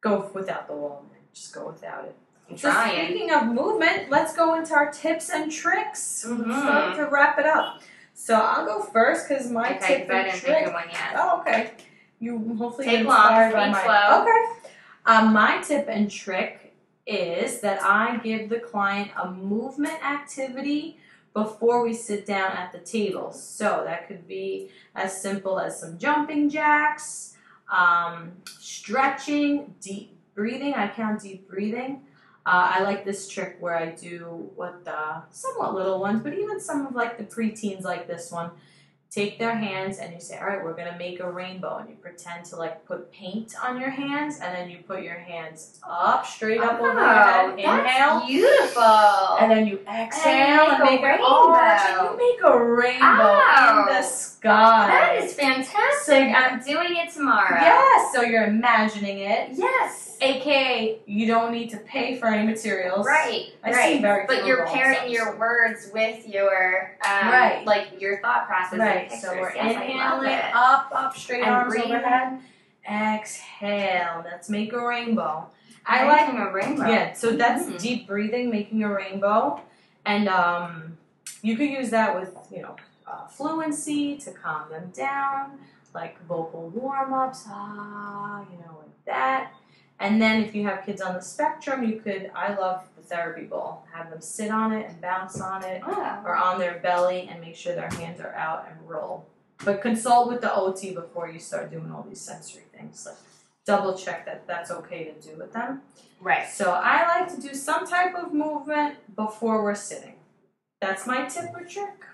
[SPEAKER 2] go without the wall. Just go without it.
[SPEAKER 1] I'm
[SPEAKER 2] So
[SPEAKER 1] trying.
[SPEAKER 2] speaking of movement, let's go into our tips and tricks.
[SPEAKER 1] Mhm.
[SPEAKER 2] Let's start to wrap it up. So I'll go first because my
[SPEAKER 1] okay,
[SPEAKER 2] tip
[SPEAKER 1] 'cause I
[SPEAKER 2] and
[SPEAKER 1] didn't
[SPEAKER 2] trick.
[SPEAKER 1] think of one yet.
[SPEAKER 2] Oh, okay. You hopefully
[SPEAKER 1] Take
[SPEAKER 2] you're
[SPEAKER 1] long,
[SPEAKER 2] inspired by
[SPEAKER 1] speak
[SPEAKER 2] mine.
[SPEAKER 1] slow.
[SPEAKER 2] Okay. Um, my tip and trick is that I give the client a movement activity before we sit down at the table. So that could be as simple as some jumping jacks, um, stretching, deep breathing. I count deep breathing. Uh, I like this trick where I do what the somewhat little ones, but even some of like the preteens like this one take their hands and you say, all right, we're going to make a rainbow. And you pretend to like put paint on your hands and then you put your hands up, straight up over your head.
[SPEAKER 1] Oh,
[SPEAKER 2] Inhale.
[SPEAKER 1] that's beautiful.
[SPEAKER 2] And then you exhale and make,
[SPEAKER 1] make a
[SPEAKER 2] an arch and
[SPEAKER 1] rainbow.
[SPEAKER 2] you make a rainbow
[SPEAKER 1] Ow.
[SPEAKER 2] in the sky.
[SPEAKER 1] That is fantastic.
[SPEAKER 2] Sing-
[SPEAKER 1] I'm doing it tomorrow.
[SPEAKER 2] Yes, so you're imagining it.
[SPEAKER 1] Yes.
[SPEAKER 2] AKA, you don't need to pay for any materials.
[SPEAKER 1] Right.
[SPEAKER 2] I
[SPEAKER 1] right.
[SPEAKER 2] seem very
[SPEAKER 1] but you're
[SPEAKER 2] frugal
[SPEAKER 1] pairing
[SPEAKER 2] sometimes.
[SPEAKER 1] your words with your um,
[SPEAKER 2] Right.
[SPEAKER 1] like your thought process.
[SPEAKER 2] Right,
[SPEAKER 1] And
[SPEAKER 2] so we're
[SPEAKER 1] yes, I love
[SPEAKER 2] inhaling
[SPEAKER 1] it.
[SPEAKER 2] up, up, straight
[SPEAKER 1] and
[SPEAKER 2] arms
[SPEAKER 1] breathing.
[SPEAKER 2] overhead. Exhale. Let's make a rainbow. I like
[SPEAKER 1] Making a rainbow.
[SPEAKER 2] Yeah, so that's
[SPEAKER 1] Mhm.
[SPEAKER 2] deep breathing, making a rainbow, and um, you could use that with you know uh, fluency to calm them down, like vocal warm ups, ah, you know, like that. And then if you have kids on the spectrum, you could. I love the therapy ball. Have them sit on it and bounce on it,
[SPEAKER 1] Oh.
[SPEAKER 2] or on their belly, and make sure their hands are out and roll. But consult with the OT before you start doing all these sensory things. Like double check that that's okay to do with them.
[SPEAKER 1] Right.
[SPEAKER 2] So I like to do some type of movement before we're sitting. That's my tip or trick.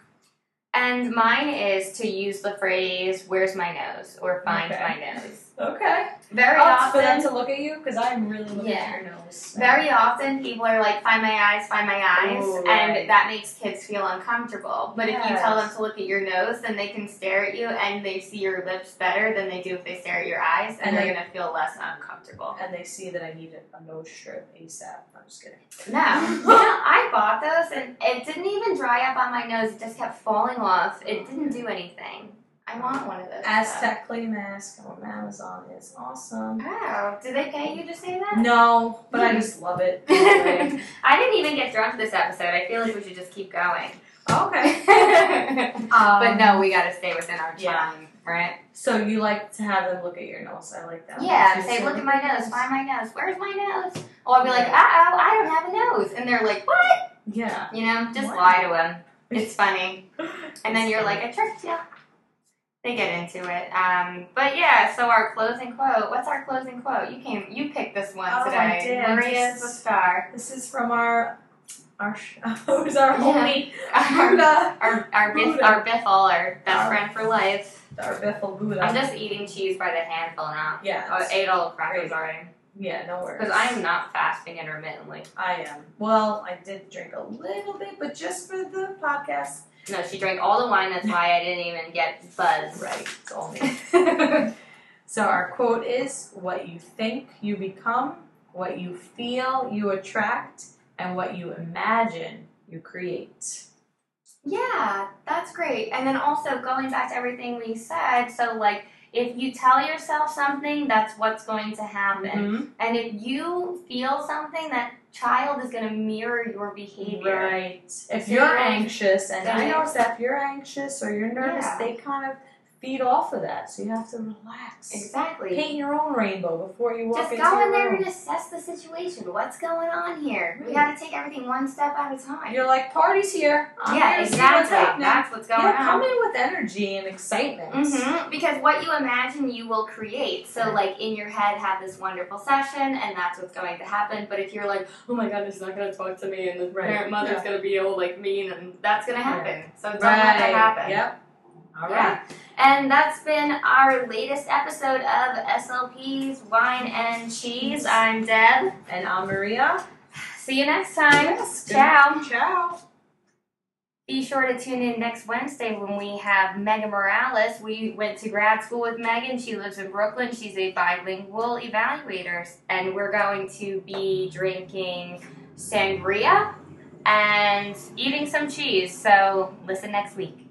[SPEAKER 1] And mine is to use the phrase "Where's my nose?" or "Find
[SPEAKER 2] Okay.
[SPEAKER 1] my nose."
[SPEAKER 2] Okay.
[SPEAKER 1] Very
[SPEAKER 2] Oh, it's for them
[SPEAKER 1] often.
[SPEAKER 2] to look at you because I'm really looking
[SPEAKER 1] Yeah.
[SPEAKER 2] at your nose.
[SPEAKER 1] Very often, people are like, "Find my eyes, find my eyes,"
[SPEAKER 2] Ooh, right.
[SPEAKER 1] and that makes kids feel uncomfortable. But if you tell them
[SPEAKER 2] Yes.
[SPEAKER 1] to look at your nose, then they can stare at you, and they see your lips better than they do if they stare at your eyes, and
[SPEAKER 2] And
[SPEAKER 1] they're
[SPEAKER 2] they-
[SPEAKER 1] gonna feel less uncomfortable.
[SPEAKER 2] And they see that I need a, a nose strip ASAP. I'm just kidding.
[SPEAKER 1] No, You know, I bought those, and it didn't even dry up on my nose. It just kept falling off. It didn't do anything. I want one of those. though.
[SPEAKER 2] Aztec clay mask on Amazon is awesome.
[SPEAKER 1] Oh, do they pay you to say that?
[SPEAKER 2] No, but I just love it. okay.
[SPEAKER 1] I didn't even get drunk this episode. I feel like we should just keep going.
[SPEAKER 2] Um,
[SPEAKER 1] but no, we gotta stay within our time,
[SPEAKER 2] yeah.
[SPEAKER 1] right?
[SPEAKER 2] So you like to have them look at your nose. I like that.
[SPEAKER 1] Yeah,
[SPEAKER 2] one too.
[SPEAKER 1] say,
[SPEAKER 2] So-
[SPEAKER 1] look at my nose, find my nose, where's my nose? Or I'll be like, uh oh, I don't have a nose. And they're like, what?
[SPEAKER 2] Yeah.
[SPEAKER 1] You know, just
[SPEAKER 2] What?
[SPEAKER 1] lie to them. It's funny. And then
[SPEAKER 2] It's
[SPEAKER 1] you're
[SPEAKER 2] funny.
[SPEAKER 1] like, I tricked you. They get into it. Um, but yeah, so our closing quote. What's our closing quote? You came. You picked this one
[SPEAKER 2] Oh,
[SPEAKER 1] today.
[SPEAKER 2] I did.
[SPEAKER 1] Maria's the star.
[SPEAKER 2] This is from our our sh- who's our
[SPEAKER 1] Yeah.
[SPEAKER 2] homie
[SPEAKER 1] our
[SPEAKER 2] Buddha,
[SPEAKER 1] our our, biff, our biffle, our best
[SPEAKER 2] Our-
[SPEAKER 1] friend for life.
[SPEAKER 2] our Bethel Buddha.
[SPEAKER 1] I'm just eating cheese by the handful now.
[SPEAKER 2] yeah,
[SPEAKER 1] I ate all the crackers already
[SPEAKER 2] yeah, no worries.
[SPEAKER 1] because I'm not fasting intermittently.
[SPEAKER 2] I am. Well, I did drink a little bit, but just for the podcast.
[SPEAKER 1] No, she drank all the wine. That's why I didn't even get buzzed.
[SPEAKER 2] Right, it's all me. So our quote is what you think you become, what you feel you attract, and what you imagine you create.
[SPEAKER 1] Yeah, that's great. And then also going back to everything we said, so like if you tell yourself something, that's what's going to happen.
[SPEAKER 2] Mm-hmm.
[SPEAKER 1] And if you feel something, that child is going to mirror your behavior.
[SPEAKER 2] Right. If
[SPEAKER 1] So
[SPEAKER 2] you're
[SPEAKER 1] you're-
[SPEAKER 2] anxious, and I
[SPEAKER 1] Right.
[SPEAKER 2] notice that if you're anxious or you're nervous,
[SPEAKER 1] Yeah.
[SPEAKER 2] they kind of feed off of that. So you have to relax.
[SPEAKER 1] Exactly.
[SPEAKER 2] Paint your own rainbow before you walk
[SPEAKER 1] just
[SPEAKER 2] into
[SPEAKER 1] go
[SPEAKER 2] your
[SPEAKER 1] in there
[SPEAKER 2] room.
[SPEAKER 1] and assess the situation. What's going on here?
[SPEAKER 2] Right.
[SPEAKER 1] We got to take everything one step at a time.
[SPEAKER 2] You're like, party's here. I'm
[SPEAKER 1] yeah,
[SPEAKER 2] here to see what's
[SPEAKER 1] exactly.
[SPEAKER 2] happening."
[SPEAKER 1] That's what's going
[SPEAKER 2] yeah,
[SPEAKER 1] on.
[SPEAKER 2] come in with energy and excitement.
[SPEAKER 1] hmm Because what you imagine, you will create. So,
[SPEAKER 2] Right.
[SPEAKER 1] like in your head, have this wonderful session, and that's what's going to happen. But if you're like, "Oh my God, this is not going to talk to me," and the
[SPEAKER 2] Right.
[SPEAKER 1] parent mother's
[SPEAKER 2] Yeah.
[SPEAKER 1] going to be all like mean, and that's going to happen. So don't
[SPEAKER 2] Right.
[SPEAKER 1] let that happen.
[SPEAKER 2] Yep. All
[SPEAKER 1] Yeah.
[SPEAKER 2] right.
[SPEAKER 1] And that's been our latest episode of SLP's Wine and Cheese. I'm Deb.
[SPEAKER 2] And I'm Maria.
[SPEAKER 1] See you next time.
[SPEAKER 2] Yes.
[SPEAKER 1] Ciao.
[SPEAKER 2] Ciao.
[SPEAKER 1] Be sure to tune in next Wednesday when we have Megan Morales. We went to grad school with Megan. She lives in Brooklyn. She's a bilingual evaluator, and we're going to be drinking sangria and eating some cheese. So listen next week.